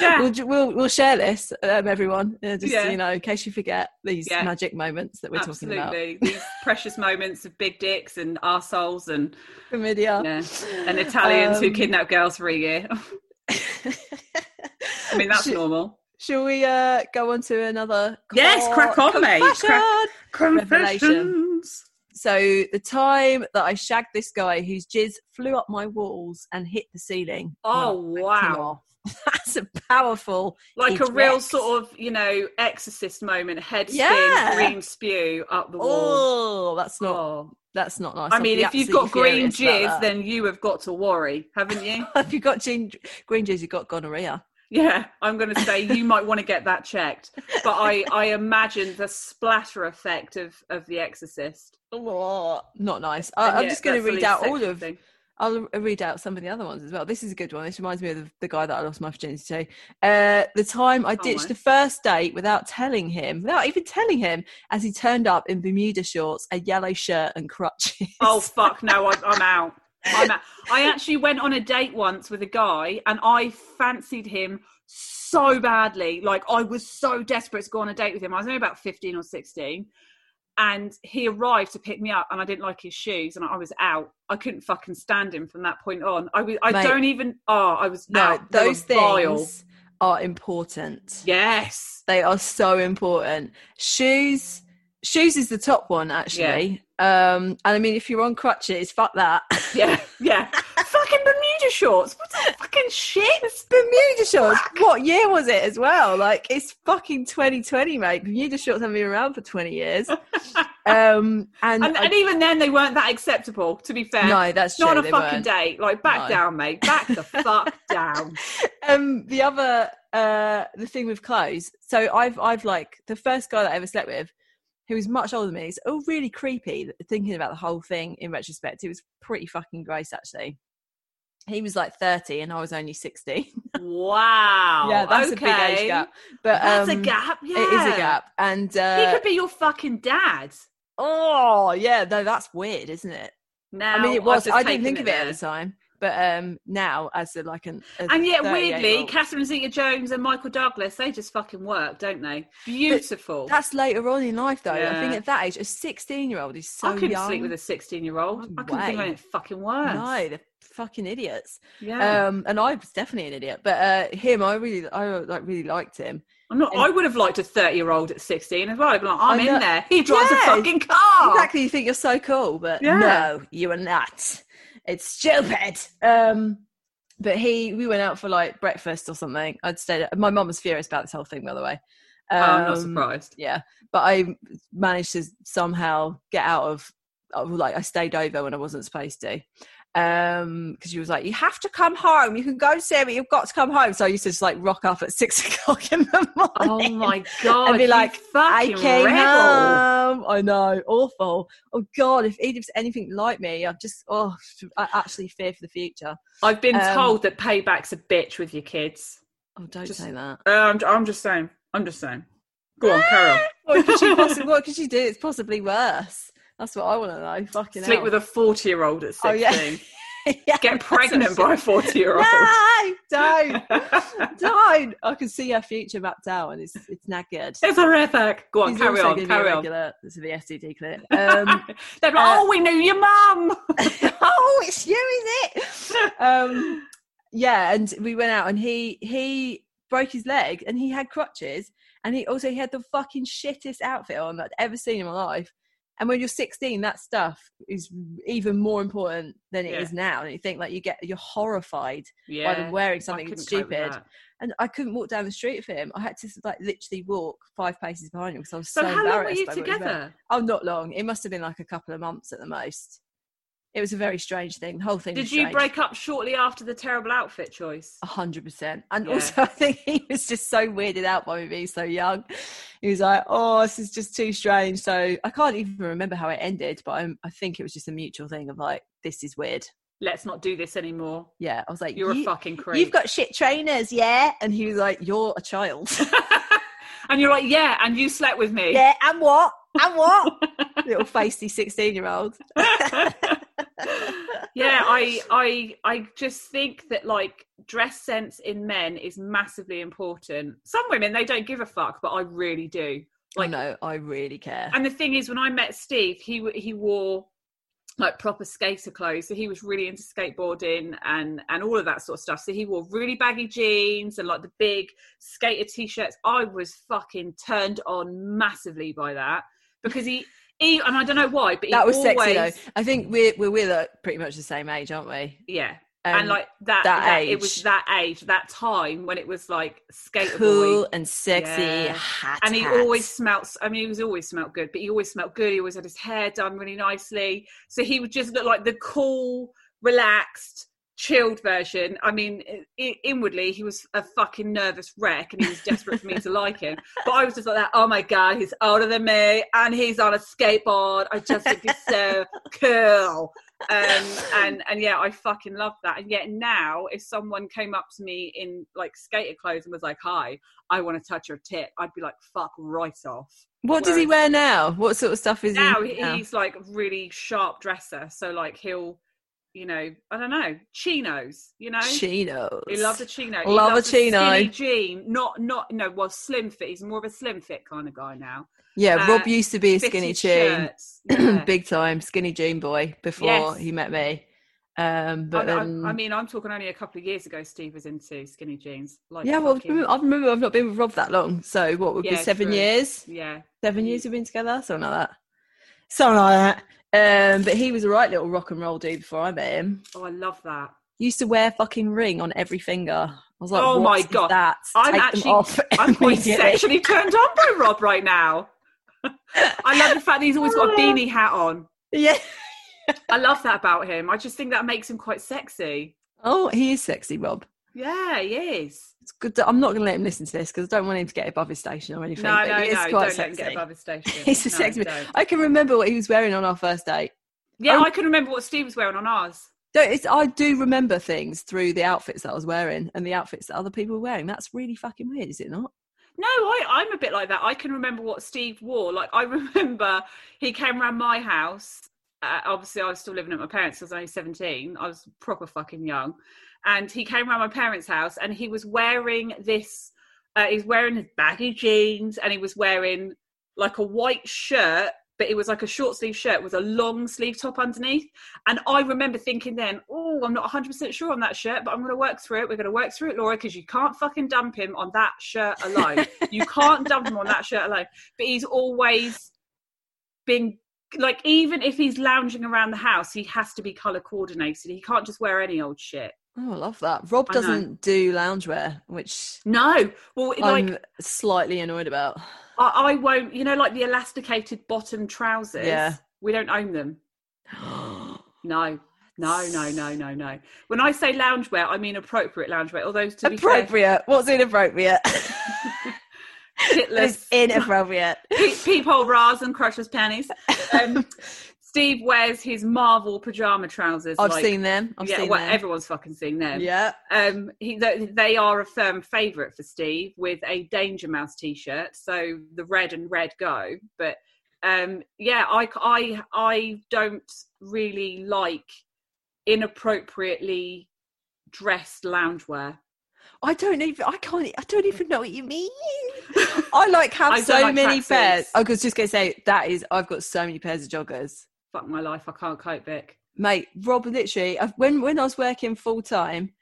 Speaker 3: Yeah.
Speaker 4: We'll, ju- we'll we'll share this, um, everyone. Uh, just
Speaker 3: Yeah.
Speaker 4: you know, in case you forget these
Speaker 3: Yeah.
Speaker 4: magic moments that we're talking
Speaker 3: Absolutely. These precious moments of big dicks and arseholes and
Speaker 4: about. Chlamydia.
Speaker 3: yeah, and Italians who
Speaker 4: Um,
Speaker 3: kidnap girls for a year. I mean, that's
Speaker 4: Sh-
Speaker 3: normal.
Speaker 4: Shall we uh, go on to another?
Speaker 3: Yes,
Speaker 4: co-
Speaker 3: crack on, mate. Crack-
Speaker 4: confession?
Speaker 3: Confessions.
Speaker 4: So the time that I shagged this guy whose jizz flew up my walls and hit the ceiling.
Speaker 3: Oh,
Speaker 4: when I whacked him
Speaker 3: wow.
Speaker 4: off. That's a powerful.
Speaker 3: Like
Speaker 4: It
Speaker 3: a real
Speaker 4: wrecks.
Speaker 3: sort of, you know, exorcist moment, head spin,
Speaker 4: Yeah.
Speaker 3: green spew up the wall.
Speaker 4: Oh, that's not.
Speaker 3: Oh.
Speaker 4: That's not nice.
Speaker 3: I
Speaker 4: I'd
Speaker 3: mean,
Speaker 4: be
Speaker 3: if you've got
Speaker 4: absolutely
Speaker 3: green
Speaker 4: furious about that.
Speaker 3: jizz, then you have got to worry, haven't you?
Speaker 4: if you've got gin- green jizz, you've got gonorrhea.
Speaker 3: Yeah, I'm going to say you might want to get that checked. But I, I imagine the splatter effect of, of The Exorcist.
Speaker 4: Oh, Not nice. I,
Speaker 3: And
Speaker 4: I'm
Speaker 3: yeah,
Speaker 4: just going
Speaker 3: that's
Speaker 4: to read
Speaker 3: the least
Speaker 4: out all
Speaker 3: sexual
Speaker 4: of.
Speaker 3: thing.
Speaker 4: I'll read out some of the other ones as well. This is a good one. This reminds me of the, the guy that I lost my virginity to. Uh, the time I ditched
Speaker 3: Oh, my.
Speaker 4: the first date without telling him, without even telling him, as he turned up in Bermuda shorts, a yellow shirt, and crutches.
Speaker 3: Oh fuck no, I, I'm out. I'm out. I actually went on a date once with a guy, and I fancied him so badly. Like I was so desperate to go on a date with him. I was only about fifteen or sixteen, and he arrived to pick me up, and I didn't like his shoes, and I was out. I couldn't fucking stand him from that point on. I was. I
Speaker 4: Mate.
Speaker 3: don't even. Oh, I was
Speaker 4: no,
Speaker 3: out. They were
Speaker 4: those
Speaker 3: vile.
Speaker 4: things are important.
Speaker 3: Yes.
Speaker 4: They are so important. Shoes, shoes is the top one actually. Um, and I mean, if you're on crutches, fuck that.
Speaker 3: Yeah. Yeah. fucking Bermuda shorts. What the fucking shit?
Speaker 4: Bermuda shorts. What year was it as well? Like it's fucking 2020, mate. Bermuda shorts haven't been around for 20 years. Um, and,
Speaker 3: And,
Speaker 4: I-
Speaker 3: and even then, they weren't that acceptable. To be fair,
Speaker 4: no, that's
Speaker 3: not
Speaker 4: true,
Speaker 3: a
Speaker 4: they
Speaker 3: fucking
Speaker 4: weren't.
Speaker 3: date. Like back
Speaker 4: No.
Speaker 3: down, mate. Back the fuck down.
Speaker 4: Um, the other, uh, the thing with clothes. So I've, I've like the first guy that I ever slept with, who was much older than me. It's all really creepy. Thinking about the whole thing in retrospect, it was pretty fucking gross actually. he was like 30 and I was only 16.
Speaker 3: Wow.
Speaker 4: yeah, that's
Speaker 3: Oh, okay.
Speaker 4: a big age gap. But
Speaker 3: that's a
Speaker 4: um,
Speaker 3: gap. Yeah.
Speaker 4: It is a gap. And
Speaker 3: he
Speaker 4: uh,
Speaker 3: could be your fucking dad.
Speaker 4: oh, yeah, no, that's weird, isn't it?
Speaker 3: Now,
Speaker 4: I mean, it
Speaker 3: I've
Speaker 4: was.
Speaker 3: just
Speaker 4: I didn't
Speaker 3: taken
Speaker 4: think of it
Speaker 3: there.
Speaker 4: at the time, but um, now as a, like an a
Speaker 3: And yet,
Speaker 4: 38
Speaker 3: weirdly,
Speaker 4: -year-old-
Speaker 3: Catherine Zeta-Jones and Michael Douglas—they just fucking work, don't they? Beautiful.
Speaker 4: that's later on in life, though. I think
Speaker 3: Yeah.
Speaker 4: at that age, a sixteen-year-old is so
Speaker 3: I couldn't
Speaker 4: young.
Speaker 3: sleep with a sixteen-year-old.
Speaker 4: No
Speaker 3: I couldn't think of
Speaker 4: way.
Speaker 3: anything fucking worse.
Speaker 4: no, they're fucking idiots.
Speaker 3: Yeah,
Speaker 4: Um, and I was definitely an idiot, but uh, him, I really, I like really liked him.
Speaker 3: I'm not. I would have liked a thirty-year-old at sixteen as well. I'd be like, I'm
Speaker 4: I
Speaker 3: in
Speaker 4: know-
Speaker 3: there. He drives
Speaker 4: Yeah.
Speaker 3: a fucking car.
Speaker 4: Exactly, you think you're so cool, but
Speaker 3: Yeah.
Speaker 4: no, you are not. It's stupid. Um, but he, we went out for like breakfast or something. I'd stayed. At, my mum was furious about this whole thing, by the way.
Speaker 3: Oh, I'm not
Speaker 4: Um,
Speaker 3: surprised.
Speaker 4: Yeah, but I managed to somehow get out of. I was Like I stayed over when I wasn't supposed to, um, because she was like, "You have to come home. You can go to see, but you've got to come home." So I used to just like rock up at six o'clock in the
Speaker 3: Oh
Speaker 4: morning.
Speaker 3: my god!
Speaker 4: I'd be
Speaker 3: you
Speaker 4: like, I
Speaker 3: fucking
Speaker 4: came
Speaker 3: rebel.
Speaker 4: home. I know, awful. Oh God, if Edith's anything like me, I've just, oh, I actually fear for the future.
Speaker 3: I've been
Speaker 4: Um,
Speaker 3: told that payback's a bitch with your kids.
Speaker 4: Oh, don't
Speaker 3: Just-
Speaker 4: say that.
Speaker 3: Uh, I'm, I'm just saying. I'm just saying. Go on, carry on.
Speaker 4: What could she possibly? what could she do? It's possibly worse. That's what I want to know. Fucking
Speaker 3: Sleep
Speaker 4: hell.
Speaker 3: with a 40 year old at 16.
Speaker 4: Oh, yeah. Yeah,
Speaker 3: Get
Speaker 4: that's what
Speaker 3: pregnant
Speaker 4: she-
Speaker 3: by a 40 year old.
Speaker 4: No, don't, don't. I can see her future mapped out, and it's it's not good.
Speaker 3: It's horrific. Go on,
Speaker 4: He's
Speaker 3: carry
Speaker 4: also
Speaker 3: on,
Speaker 4: gonna be
Speaker 3: carry
Speaker 4: a
Speaker 3: on.
Speaker 4: regular. This will be STD clinic. Um,
Speaker 3: They're like,
Speaker 4: uh,
Speaker 3: oh, we knew your mum.
Speaker 4: oh, it's you, is it? um, yeah, and we went out, and he he broke his leg, and he had crutches, and he also he had the fucking shittest outfit on that I'd ever seen in my life. And when you're 16, that stuff is even more important than it is
Speaker 3: Yeah.
Speaker 4: now. And you think like you get you're horrified by them wearing something stupid. And I couldn't walk down the street for him. I had to like literally walk five paces behind him because I was so,
Speaker 3: So, how long were
Speaker 4: embarrassed
Speaker 3: you
Speaker 4: by what he was wearing.
Speaker 3: together?
Speaker 4: Oh, not long. It must have been like a couple of months at the most. It was a very strange Oh. thing. The whole thing.
Speaker 3: Did you break up shortly after the terrible outfit choice?
Speaker 4: A hundred percent. And
Speaker 3: Yeah.
Speaker 4: also, I think he was just so weirded out by me being so young. He was like, "Oh, this is just too strange." So I can't even remember how it ended, but I'm, I think it was just a mutual thing of like, "This is weird."
Speaker 3: Let's not do this anymore.
Speaker 4: Yeah, I was like,
Speaker 3: You're
Speaker 4: "You-
Speaker 3: a fucking creep.
Speaker 4: You've got shit trainers, yeah?" And he was like, "You're a child."
Speaker 3: and you're like, yeah, and you slept with me.
Speaker 4: yeah, and what? And what? Little feisty sixteen-year-old.
Speaker 3: yeah i i i just think that like dress sense in men is massively important some women they don't give a fuck but i really do
Speaker 4: I
Speaker 3: like
Speaker 4: know. I really care.
Speaker 3: and the thing is when i met steve he w- he wore like proper skater clothes so he was really into skateboarding and and all of that sort of stuff so he wore really baggy jeans and like the big skater t-shirts i was fucking turned on massively by that because he he and i don't know why but he
Speaker 4: that was sexy
Speaker 3: always-
Speaker 4: though. I think we're we're we're like, pretty much the same age, aren't we?
Speaker 3: yeah
Speaker 4: Um,
Speaker 3: and like that,
Speaker 4: that
Speaker 3: that, it was
Speaker 4: age.
Speaker 3: that age, that time when it was like skater
Speaker 4: cool
Speaker 3: boy.
Speaker 4: and sexy,
Speaker 3: Yeah.
Speaker 4: hot,
Speaker 3: And he
Speaker 4: hot.
Speaker 3: always smelt. I mean, he was always smelt good, but he always smelt good. He always had his hair done really nicely, so he would just look like the cool, relaxed, chilled version. I mean, i- inwardly he was a fucking nervous wreck, and he was desperate for me to like him. But I was just like that. Oh my god, he's older than me, and he's on a skateboard. I just think he's so cool. Um, and and yeah, I fucking love that. And yet now, if someone came up to me in like skater clothes and was like, "Hi, I want to touch your tit," I'd be like, "Fuck right off."
Speaker 4: What does he wear now? What sort of stuff is
Speaker 3: Now
Speaker 4: he? now?
Speaker 3: he's like really sharp dresser, so like he'll, you know, I don't know, chinos, you know.
Speaker 4: chinos.
Speaker 3: He loves a chino. He
Speaker 4: Love a
Speaker 3: loves
Speaker 4: chino.
Speaker 3: skinny jean. Not, not, no, well, slim fit. He's more of a slim fit kind of guy now.
Speaker 4: yeah,
Speaker 3: uh,
Speaker 4: Rob used to be a skinny
Speaker 3: Fitted
Speaker 4: jean,
Speaker 3: shirts, yeah.
Speaker 4: big time skinny jean boy before
Speaker 3: Yes.
Speaker 4: he met me. Um, but
Speaker 3: I, I-
Speaker 4: then,
Speaker 3: I mean, I'm talking only a couple of years ago. Steve was into skinny jeans. Like
Speaker 4: yeah, well,
Speaker 3: fucking-
Speaker 4: I remember I've not been with Rob that long. So what would be
Speaker 3: Yeah,
Speaker 4: seven
Speaker 3: true. Mm.
Speaker 4: years?
Speaker 3: yeah,
Speaker 4: seven years we've been together, something like that. Something like that. Um, but he was a right little rock and roll dude before I met him.
Speaker 3: oh, I love that.
Speaker 4: He used to wear fucking ring on every finger. I was like,
Speaker 3: Oh
Speaker 4: "What
Speaker 3: my
Speaker 4: is
Speaker 3: God.
Speaker 4: that
Speaker 3: I'm
Speaker 4: Take
Speaker 3: actually-
Speaker 4: them off."
Speaker 3: I'm quite
Speaker 4: immediately."
Speaker 3: sexually turned on by Rob right now. I love the fact that he's always got a beanie
Speaker 4: Oh.
Speaker 3: hat on.
Speaker 4: Yeah.
Speaker 3: I love that about him. I just think that makes him quite sexy.
Speaker 4: Oh, he is sexy, Rob.
Speaker 3: Yeah, he is.
Speaker 4: It's good. To, I'm not going to let him listen to this because I don't want him to get above his station or anything.
Speaker 3: No,
Speaker 4: but
Speaker 3: no,
Speaker 4: he
Speaker 3: no.
Speaker 4: is
Speaker 3: Don't
Speaker 4: quite
Speaker 3: let him
Speaker 4: sexy.
Speaker 3: get above his station.
Speaker 4: He's a
Speaker 3: No,
Speaker 4: sexy.
Speaker 3: don't.
Speaker 4: I can remember what he was wearing on our first date.
Speaker 3: Yeah,
Speaker 4: Oh.
Speaker 3: I can remember what Steve was wearing on ours.
Speaker 4: No, it's, I do remember things through the outfits that I was wearing and the outfits that other people were wearing. That's really fucking weird, is it not?
Speaker 3: No, I, I'm a bit like that. I can remember what Steve wore. Like, I remember he came round my house. Uh, obviously, I was still living at my parents. I was only 17. I was proper fucking young. And he came round my parents' house and he was wearing this, uh, he's wearing his baggy jeans and he was wearing like a white shirt, but it was like a short sleeve shirt with a long sleeve top underneath. And I remember thinking then, oh, I'm not 100% sure on that shirt, but I'm going to work through it. We're going to work through it, Laura, because you can't fucking dump him on that shirt alone. you can't dump him on that shirt alone. But he's always been like, even if he's lounging around the house, he has to be color coordinated. He can't just wear any old shit.
Speaker 4: Oh, I love that. Rob
Speaker 3: I know.
Speaker 4: doesn't do loungewear, which
Speaker 3: No, well, like
Speaker 4: I'm slightly annoyed about.
Speaker 3: I, I won't. You know, like the elasticated bottom trousers.
Speaker 4: Yeah.
Speaker 3: we don't own them. No, no, no, no, no, no. When I say loungewear, I mean appropriate loungewear. Although to be fair,
Speaker 4: Appropriate. What's inappropriate? it's
Speaker 3: shitless
Speaker 4: inappropriate.
Speaker 3: pe- peephole bras and crushes panties. Um, Steve wears his Marvel pajama trousers.
Speaker 4: I've
Speaker 3: like-
Speaker 4: seen them. I've
Speaker 3: yeah,
Speaker 4: seen
Speaker 3: well,
Speaker 4: them.
Speaker 3: everyone's fucking seen them.
Speaker 4: yeah.
Speaker 3: Um, he, th- they are a firm favourite for Steve with a Danger Mouse T-shirt, so the red and red go. But um, yeah, I, c- I- I don't really like inappropriately dressed loungewear.
Speaker 4: I don't even. I can't. I don't even know what you mean. I like have
Speaker 3: I don't
Speaker 4: so
Speaker 3: like
Speaker 4: many
Speaker 3: tracksuits.
Speaker 4: pairs. I was just gonna say that is. I've got so many pairs of joggers,
Speaker 3: Fuck my life, I can't cope, Vic.
Speaker 4: mate. Rob literally. I've, when when I was working full time,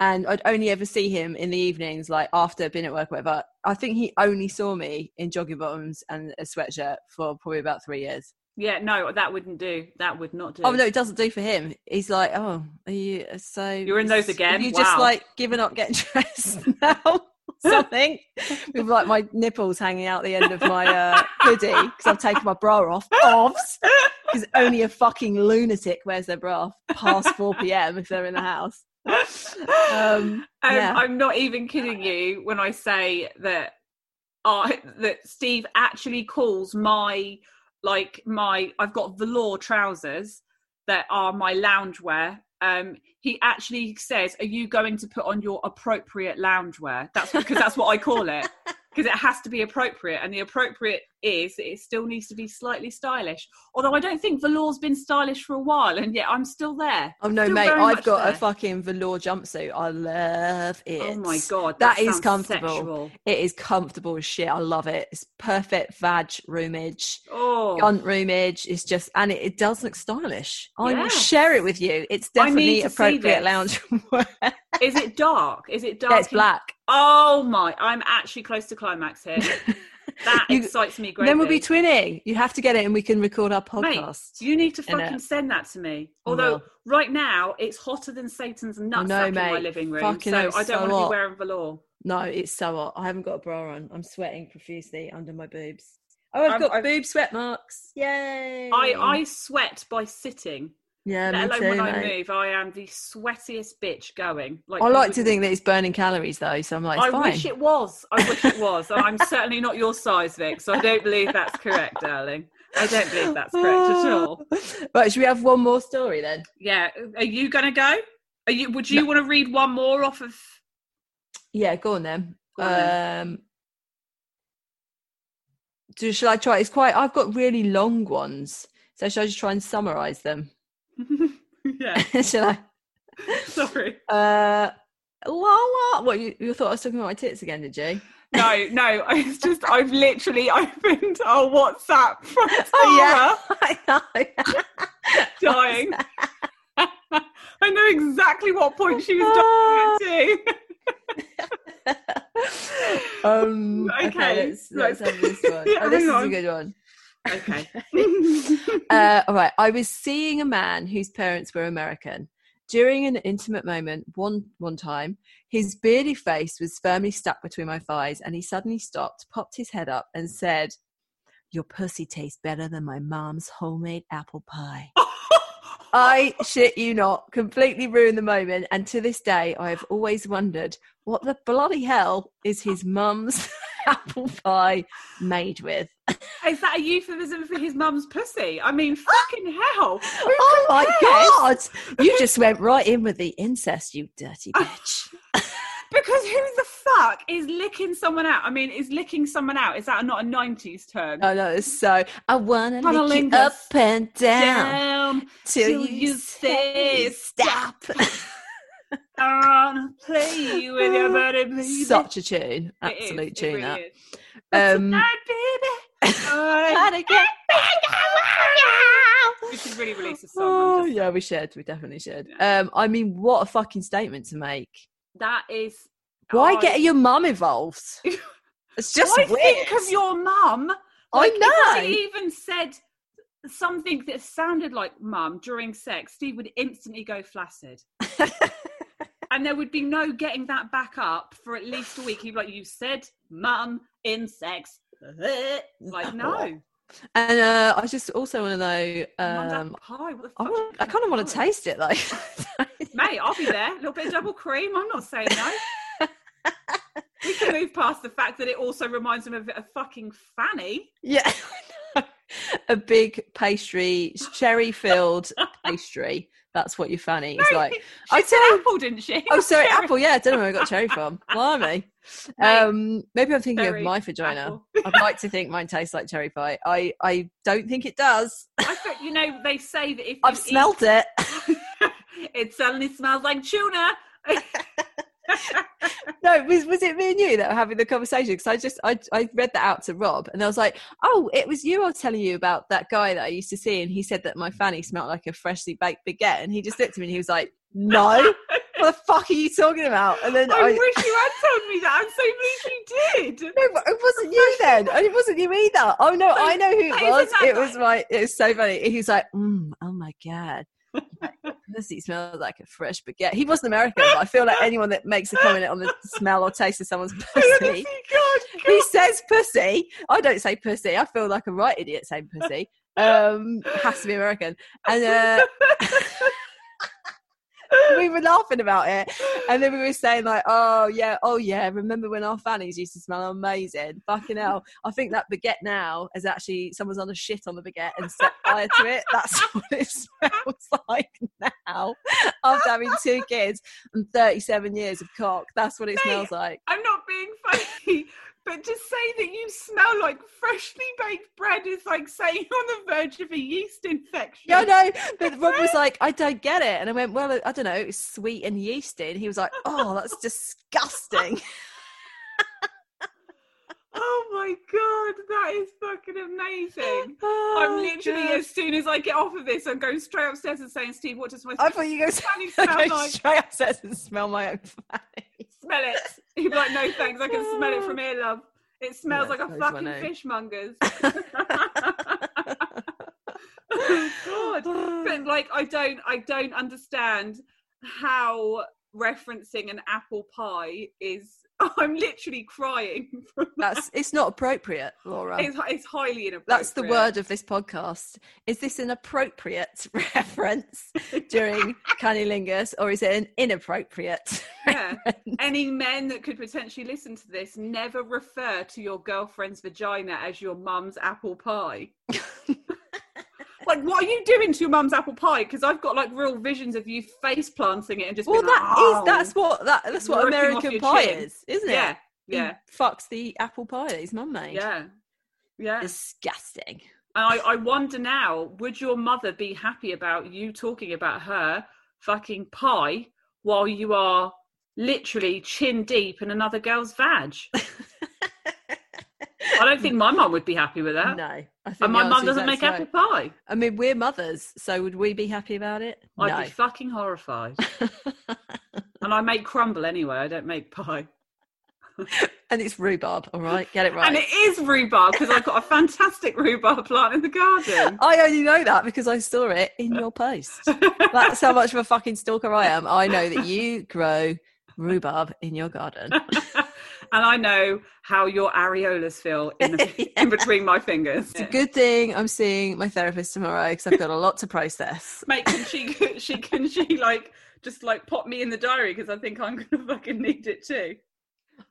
Speaker 4: and I'd only ever see him in the evenings, like after being at work, or whatever. I think he only saw me in jogging bottoms and a sweatshirt for probably about three years.
Speaker 3: Yeah, no, that wouldn't do. That would not do.
Speaker 4: Oh no, it doesn't do for him. He's like, oh, are you so
Speaker 3: You're in those again?
Speaker 4: You just
Speaker 3: Wow.
Speaker 4: like giving up getting dressed now. Something with like my nipples hanging out the end of my uh, hoodie because I've taken my bra off. Offs because only a fucking lunatic wears their bra off past four p.m. if they're in the house. Um,
Speaker 3: Um,
Speaker 4: yeah.
Speaker 3: I'm not even kidding you when I say that I that Steve actually calls my like my I've got velour trousers that are my loungewear. Um, he actually says, "Are you going to put on your appropriate loungewear?" That's because that's what I call it because it has to be appropriate, and the appropriate is it still needs to be slightly stylish. Although I don't think velour's been stylish for a while, and yet I'm still there.
Speaker 4: Oh no,
Speaker 3: Still
Speaker 4: mate!
Speaker 3: very
Speaker 4: I've
Speaker 3: much
Speaker 4: got
Speaker 3: there.
Speaker 4: a fucking velour jumpsuit. I love it.
Speaker 3: Oh my god,
Speaker 4: that is
Speaker 3: sounds
Speaker 4: comfortable.
Speaker 3: sexual.
Speaker 4: It is comfortable as shit. I love it. It's perfect vag roomage,
Speaker 3: Oh,
Speaker 4: cunt roomage. It's just, and it, it does look stylish. I will
Speaker 3: Yes.
Speaker 4: share it with you. It's
Speaker 3: I need
Speaker 4: definitely
Speaker 3: to see
Speaker 4: appropriate
Speaker 3: this.
Speaker 4: lounge wear.
Speaker 3: is it dark? Is it dark?
Speaker 4: Yeah, it's
Speaker 3: in-
Speaker 4: black.
Speaker 3: Oh my! I'm actually close to climax here. That
Speaker 4: You-
Speaker 3: excites me greatly.
Speaker 4: Then we'll be twinning. You have to get it and we can record our
Speaker 3: Mate,
Speaker 4: podcast.
Speaker 3: you need to
Speaker 4: in it.
Speaker 3: fucking send that to me. Although
Speaker 4: will.
Speaker 3: right now it's hotter than Satan's nutsack
Speaker 4: know,
Speaker 3: in my
Speaker 4: mate.
Speaker 3: living room,
Speaker 4: Fucking
Speaker 3: so
Speaker 4: hell,
Speaker 3: I don't
Speaker 4: so
Speaker 3: want to be
Speaker 4: hot.
Speaker 3: wearing velour.
Speaker 4: no, it's so hot. I haven't got a bra on. I'm sweating profusely under my boobs. Oh, I've
Speaker 3: I'm-
Speaker 4: got
Speaker 3: I've-
Speaker 4: boob sweat marks. Yay.
Speaker 3: I I sweat by sitting.
Speaker 4: yeah,
Speaker 3: let
Speaker 4: me
Speaker 3: alone
Speaker 4: too,
Speaker 3: when
Speaker 4: mate.
Speaker 3: I move, I am the sweatiest bitch going. Like
Speaker 4: I
Speaker 3: you
Speaker 4: like to
Speaker 3: wouldn't-
Speaker 4: think that it's burning calories though, so I'm like, it's
Speaker 3: I
Speaker 4: fine.
Speaker 3: wish it was. I wish it was. And I'm certainly not your size, Vic, so I don't believe that's correct, darling. I don't believe that's correct at all.
Speaker 4: Right, should we have one more story then?
Speaker 3: Yeah. Are you gonna go? Are you would you want to read one more off of
Speaker 4: Yeah, go on then.
Speaker 3: Go on then.
Speaker 4: Um, do, shall I try? It's quite. I've got really long ones, so shall I just try and summarise them?
Speaker 3: Yeah,
Speaker 4: shall I?
Speaker 3: sorry.
Speaker 4: Uh, la la. What you, you thought I was talking about my tits again? Did you?
Speaker 3: No, no, it's just I've literally opened our WhatsApp from Tara
Speaker 4: Oh, I know.
Speaker 3: dying. I know exactly what point she was dying at too.
Speaker 4: um, okay,
Speaker 3: Okay,
Speaker 4: let's, let's
Speaker 3: let's-
Speaker 4: have this one.
Speaker 3: Yeah,
Speaker 4: oh, this is
Speaker 3: hang
Speaker 4: a
Speaker 3: on.
Speaker 4: good one.
Speaker 3: Okay.
Speaker 4: uh, all right. I was seeing a man whose parents were American. During an intimate moment, one one time, his beardy face was firmly stuck between my thighs, and he suddenly stopped, popped his head up, and said, "Your pussy tastes better than my mom's homemade apple pie." I shit you not, completely ruined the moment, and to this day, I have always wondered what the bloody hell is his mum's apple pie made with. Ah!
Speaker 3: Is that a euphemism for his mum's pussy? I mean, fucking hell. Who
Speaker 4: I Oh my god! You just went right in with the incest, you dirty bitch.
Speaker 3: Because who the fuck is licking someone out? I mean, is licking someone out, is that not a 90s term?
Speaker 4: oh no, it's so. I wanna lick you
Speaker 3: Cunnilingus.
Speaker 4: up and down
Speaker 3: Down
Speaker 4: till, you say stop.
Speaker 3: on, play with your body, baby.
Speaker 4: Such a tune,
Speaker 3: It is,
Speaker 4: absolute
Speaker 3: it
Speaker 4: tune.
Speaker 3: really
Speaker 4: that.
Speaker 3: is.
Speaker 4: Um,
Speaker 3: Tonight, baby, I-
Speaker 4: Gotta get
Speaker 3: we should really release a song.
Speaker 4: Oh,
Speaker 3: I'm just-
Speaker 4: yeah, we should. We definitely should. Um, I mean, what a fucking statement to make.
Speaker 3: That is.
Speaker 4: Why
Speaker 3: Oh,
Speaker 4: get your mum involved? It's just
Speaker 3: Why
Speaker 4: weird.
Speaker 3: think of your mum?
Speaker 4: I
Speaker 3: Like, if
Speaker 4: know.
Speaker 3: She even said something that sounded like mum during sex. Steve would instantly go flaccid. and there would be no getting that back up for at least a week. He'd be like, You said mum in sex. Like, no.
Speaker 4: And uh, I just also want to know.
Speaker 3: Mum's
Speaker 4: Um,
Speaker 3: apple pie. What the
Speaker 4: I, want,
Speaker 3: fuck do you
Speaker 4: I kind of want to
Speaker 3: pie?
Speaker 4: taste it though.
Speaker 3: Mate, I'll be there. A little bit of double cream. I'm not saying no. we can move past the fact that it also reminds him of a fucking fanny.
Speaker 4: yeah. a big pastry, cherry filled pastry. That's what your fanny is like.
Speaker 3: She
Speaker 4: I
Speaker 3: said
Speaker 4: tell-
Speaker 3: apple, didn't she?
Speaker 4: Oh, sorry, apple. Yeah, I don't know where I got cherry from. Blimey.
Speaker 3: Mate,
Speaker 4: Um, maybe I'm thinking
Speaker 3: cherry,
Speaker 4: of my vagina.
Speaker 3: apple.
Speaker 4: I'd like to think mine tastes like cherry pie. I, I don't think it does.
Speaker 3: I thought, you know, they say that if
Speaker 4: I've
Speaker 3: you eat-
Speaker 4: smelt it.
Speaker 3: it suddenly smells like tuna.
Speaker 4: No, was was it me and you that were having the conversation? Because I just I I read that out to Rob, and I was like, "Oh, it was you." I was telling you about that guy that I used to see, and he said that my fanny smelled like a freshly baked baguette, and he just looked at me and he was like, "No, what the fuck are you talking about?" And then
Speaker 3: I
Speaker 4: I,
Speaker 3: wish you had told me that. I'm so pleased you did.
Speaker 4: no, but it wasn't you then, and it wasn't you either. Oh no, I know who
Speaker 3: that
Speaker 4: it
Speaker 3: isn't
Speaker 4: was.
Speaker 3: that
Speaker 4: It
Speaker 3: guy.
Speaker 4: was my. It was so funny. He was like, mm, "Oh my god." Pussy smells like a fresh baguette. He wasn't American, but I feel like anyone that makes a comment on the smell or taste of someone's pussy he says pussy. I don't say pussy. I feel like a right idiot saying pussy. Um, has to be American. And uh, we were laughing about it, and then we were saying like, "Oh yeah, oh yeah." Remember when our fannies used to smell amazing? Fucking hell! I think that baguette now is actually someone's on a shit on the baguette and set fire to it. That's what it smells like now. After having two kids and thirty-seven years of cock, that's what it smells like.
Speaker 3: I'm not being funny, but to say that you smell like freshly baked bread is like saying you're on the verge of a yeast infection.
Speaker 4: Yeah, I know. But Rob was like, I don't get it. And I went, Well, I don't know, it's sweet and yeasty. And he was like, Oh, that's disgusting.
Speaker 3: Oh my god, that is fucking amazing. I'm
Speaker 4: Oh,
Speaker 3: literally,
Speaker 4: God.
Speaker 3: as soon as I get off of this, I'm going straight upstairs and saying, Steve, what does my
Speaker 4: I thought you guys
Speaker 3: fanny
Speaker 4: I
Speaker 3: smell
Speaker 4: go
Speaker 3: like?
Speaker 4: straight upstairs and smell my own fanny.
Speaker 3: smell it. He'd be like, no thanks, I can smell it from here, love. It smells
Speaker 4: Yeah,
Speaker 3: like a
Speaker 4: that is my
Speaker 3: fucking
Speaker 4: name.
Speaker 3: fishmonger's. oh, God. But like I don't I don't understand how referencing an apple pie is I'm literally crying.
Speaker 4: That's it's not appropriate, Laura.
Speaker 3: It's, it's highly inappropriate.
Speaker 4: That's the word of this podcast. Is this an appropriate reference during Cunnilingus or is it an inappropriate?
Speaker 3: Yeah. Any men that could potentially listen to this never refer to your girlfriend's vagina as your mum's apple pie. like, what are you doing to your mum's apple pie? Because I've got like real visions of you face planting it and just
Speaker 4: Well,
Speaker 3: being like,
Speaker 4: that
Speaker 3: oh.
Speaker 4: is that's what that, that's what
Speaker 3: Ripping off
Speaker 4: American
Speaker 3: your
Speaker 4: pie
Speaker 3: chin.
Speaker 4: is, isn't it?
Speaker 3: yeah,
Speaker 4: He
Speaker 3: yeah,
Speaker 4: fucks the apple pie that his mum made.
Speaker 3: yeah, yeah. And
Speaker 4: Disgusting.
Speaker 3: I, I wonder now, would your mother be happy about you talking about her fucking pie while you are literally chin deep in another girl's vag? I don't think my mum would be happy with that.
Speaker 4: no. I think
Speaker 3: Ah. and my
Speaker 4: the
Speaker 3: mum
Speaker 4: answer is
Speaker 3: doesn't make
Speaker 4: that's
Speaker 3: apple
Speaker 4: right.
Speaker 3: pie.
Speaker 4: I mean, we're mothers, so would we be happy about it?
Speaker 3: I'd be fucking horrified.
Speaker 4: no.
Speaker 3: and I make crumble anyway. I don't make pie.
Speaker 4: and it's rhubarb, all right? Get it right.
Speaker 3: And it is rhubarb because I've got a fantastic rhubarb plant in the garden.
Speaker 4: I only know that because I saw it in your post. That's how much of a fucking stalker I am. I know that you grow rhubarb in your garden.
Speaker 3: and I know how your areolas feel in, in between my fingers.
Speaker 4: It's a good thing I'm seeing my therapist tomorrow because I've got a lot to process.
Speaker 3: Mate, can she, she can she like just like pop me in the diary because I think I'm gonna fucking need it too.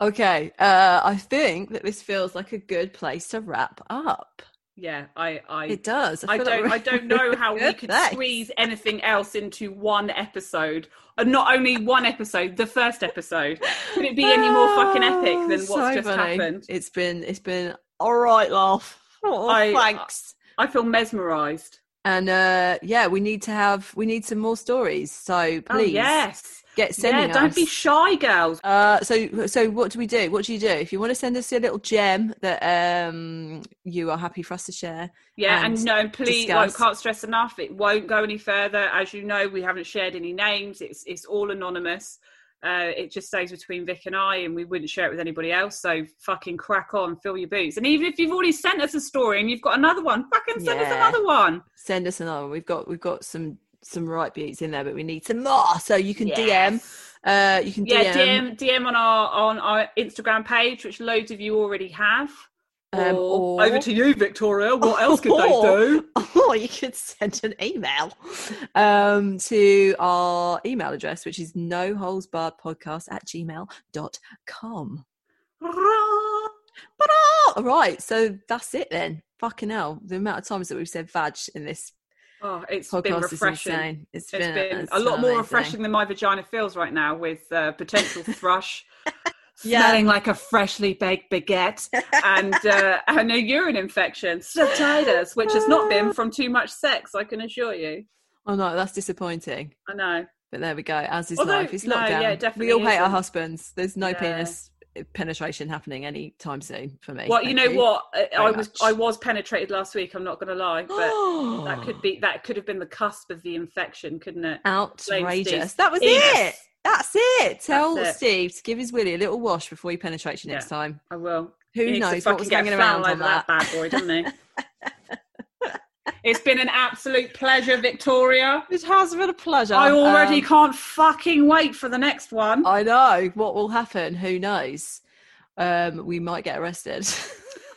Speaker 4: Okay, uh, I think that this feels like a good place to wrap up.
Speaker 3: Yeah, I, I,
Speaker 4: It does.
Speaker 3: I
Speaker 4: feel
Speaker 3: don't, I
Speaker 4: like-
Speaker 3: don't know how we
Speaker 4: Good,
Speaker 3: could
Speaker 4: thanks.
Speaker 3: squeeze anything else into one episode, and not only one episode, the first episode. Could it be any more fucking epic
Speaker 4: Oh,
Speaker 3: than what's
Speaker 4: so
Speaker 3: just
Speaker 4: funny.
Speaker 3: happened?
Speaker 4: It's been, it's been all right, laugh. Oh,
Speaker 3: I- uh,
Speaker 4: thanks.
Speaker 3: I feel mesmerised.
Speaker 4: and uh, yeah, we need to have, we need some more stories. So please
Speaker 3: Oh yes,
Speaker 4: get sending
Speaker 3: yeah. Don't be
Speaker 4: us.
Speaker 3: shy, girls.
Speaker 4: Uh, so so what do we do? What do you do if you want to send us a little gem that um you are happy for us to share?
Speaker 3: Yeah, and,
Speaker 4: and
Speaker 3: no, please, I
Speaker 4: discuss.
Speaker 3: can't stress enough. It won't go any further. As you know, we haven't shared any names. It's it's all anonymous. Uh, it just stays between Vic and I, and we wouldn't share it with anybody else. So fucking crack on, fill your boots. And even if you've already sent us a story and you've got another one, fucking send us
Speaker 4: Yeah.
Speaker 3: another one.
Speaker 4: Send us another one. We've got we've got some some right beauties in there, but we need some more. So you can DM. Uh, you can
Speaker 3: Yeah,
Speaker 4: DM,
Speaker 3: DM DM on our on our Instagram page, which loads of you already have.
Speaker 4: Um,
Speaker 3: Or-
Speaker 4: or-
Speaker 3: over to you, Victoria. What else could they
Speaker 4: Or-
Speaker 3: do?
Speaker 4: or you could send an email um to our email address, which is no holes barred podcast at gmail.com. All Oh, right, so that's it then. Fucking hell, the amount of times that we've said vag in this
Speaker 3: Oh, it's been
Speaker 4: podcast is
Speaker 3: refreshing.
Speaker 4: insane. It's
Speaker 3: It's
Speaker 4: been,
Speaker 3: been
Speaker 4: it's
Speaker 3: a lot
Speaker 4: been
Speaker 3: more
Speaker 4: amazing.
Speaker 3: refreshing than my vagina feels right now with uh, potential thrush.
Speaker 4: Yeah.
Speaker 3: Smelling like a freshly baked baguette and uh, and a urine infection, streptitis, which has not been from too much sex, I can assure you.
Speaker 4: Oh no, that's disappointing.
Speaker 3: I know.
Speaker 4: But there we go. As is
Speaker 3: Although-
Speaker 4: life, it's
Speaker 3: no,
Speaker 4: lockdown.
Speaker 3: yeah, it
Speaker 4: we
Speaker 3: definitely
Speaker 4: all hate our
Speaker 3: isn't.
Speaker 4: husbands. There's no
Speaker 3: Yeah.
Speaker 4: penis penetration happening anytime soon for me.
Speaker 3: Well, you
Speaker 4: Thank
Speaker 3: know what? I, I
Speaker 4: very
Speaker 3: was
Speaker 4: much.
Speaker 3: I was penetrated last week. I'm not going to lie, but that could be that could have been the cusp of the infection, couldn't it?
Speaker 4: Um, outrageous.
Speaker 3: Steve.
Speaker 4: That was
Speaker 3: Yes.
Speaker 4: it. That's it. Tell
Speaker 3: it.
Speaker 4: Steve to give his willy a little wash before he penetrates you next
Speaker 3: Yeah.
Speaker 4: time.
Speaker 3: I will.
Speaker 4: Who
Speaker 3: He needs to
Speaker 4: knows what
Speaker 3: fucking
Speaker 4: was
Speaker 3: get
Speaker 4: hanging
Speaker 3: foul
Speaker 4: around
Speaker 3: over
Speaker 4: on that?
Speaker 3: bad boy, doesn't he? it's been an absolute pleasure, Victoria.
Speaker 4: It has been a pleasure.
Speaker 3: I already
Speaker 4: Um, Oh.
Speaker 3: can't fucking wait for the next one.
Speaker 4: I know what will happen. Who knows? Um, we might get arrested.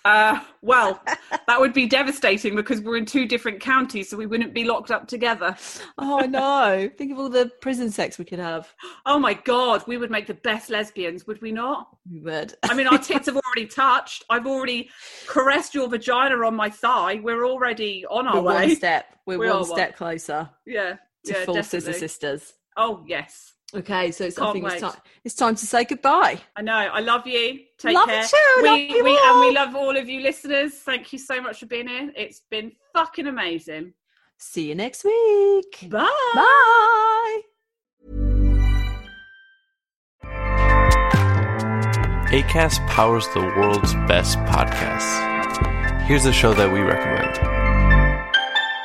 Speaker 3: Uh, well, that would be devastating because we're in two different counties, so we wouldn't be locked up together.
Speaker 4: oh, I know. Think of all the prison sex we could have.
Speaker 3: Oh my god, we would make the best lesbians, would we not?
Speaker 4: We would.
Speaker 3: I mean, our tits have already touched. I've already caressed your vagina on my thigh. We're already on our
Speaker 4: We're one
Speaker 3: way.
Speaker 4: step. We're
Speaker 3: We are
Speaker 4: one
Speaker 3: one.
Speaker 4: step closer
Speaker 3: Yeah,
Speaker 4: to
Speaker 3: yeah,
Speaker 4: full
Speaker 3: definitely.
Speaker 4: sister sisters.
Speaker 3: Oh yes.
Speaker 4: Okay, so it's, I
Speaker 3: Can't
Speaker 4: think it's
Speaker 3: wait.
Speaker 4: time. It's time to say goodbye.
Speaker 3: I know. I love you. Take
Speaker 4: Love you
Speaker 3: care.
Speaker 4: too.
Speaker 3: We,
Speaker 4: Love you
Speaker 3: we, And we
Speaker 4: all.
Speaker 3: love all of you listeners. Thank you so much for being here. It's been fucking amazing.
Speaker 4: See you next week.
Speaker 3: Bye.
Speaker 4: Bye.
Speaker 1: ACAST powers the world's best podcasts. Here's a show that we recommend.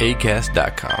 Speaker 1: ACAST.com.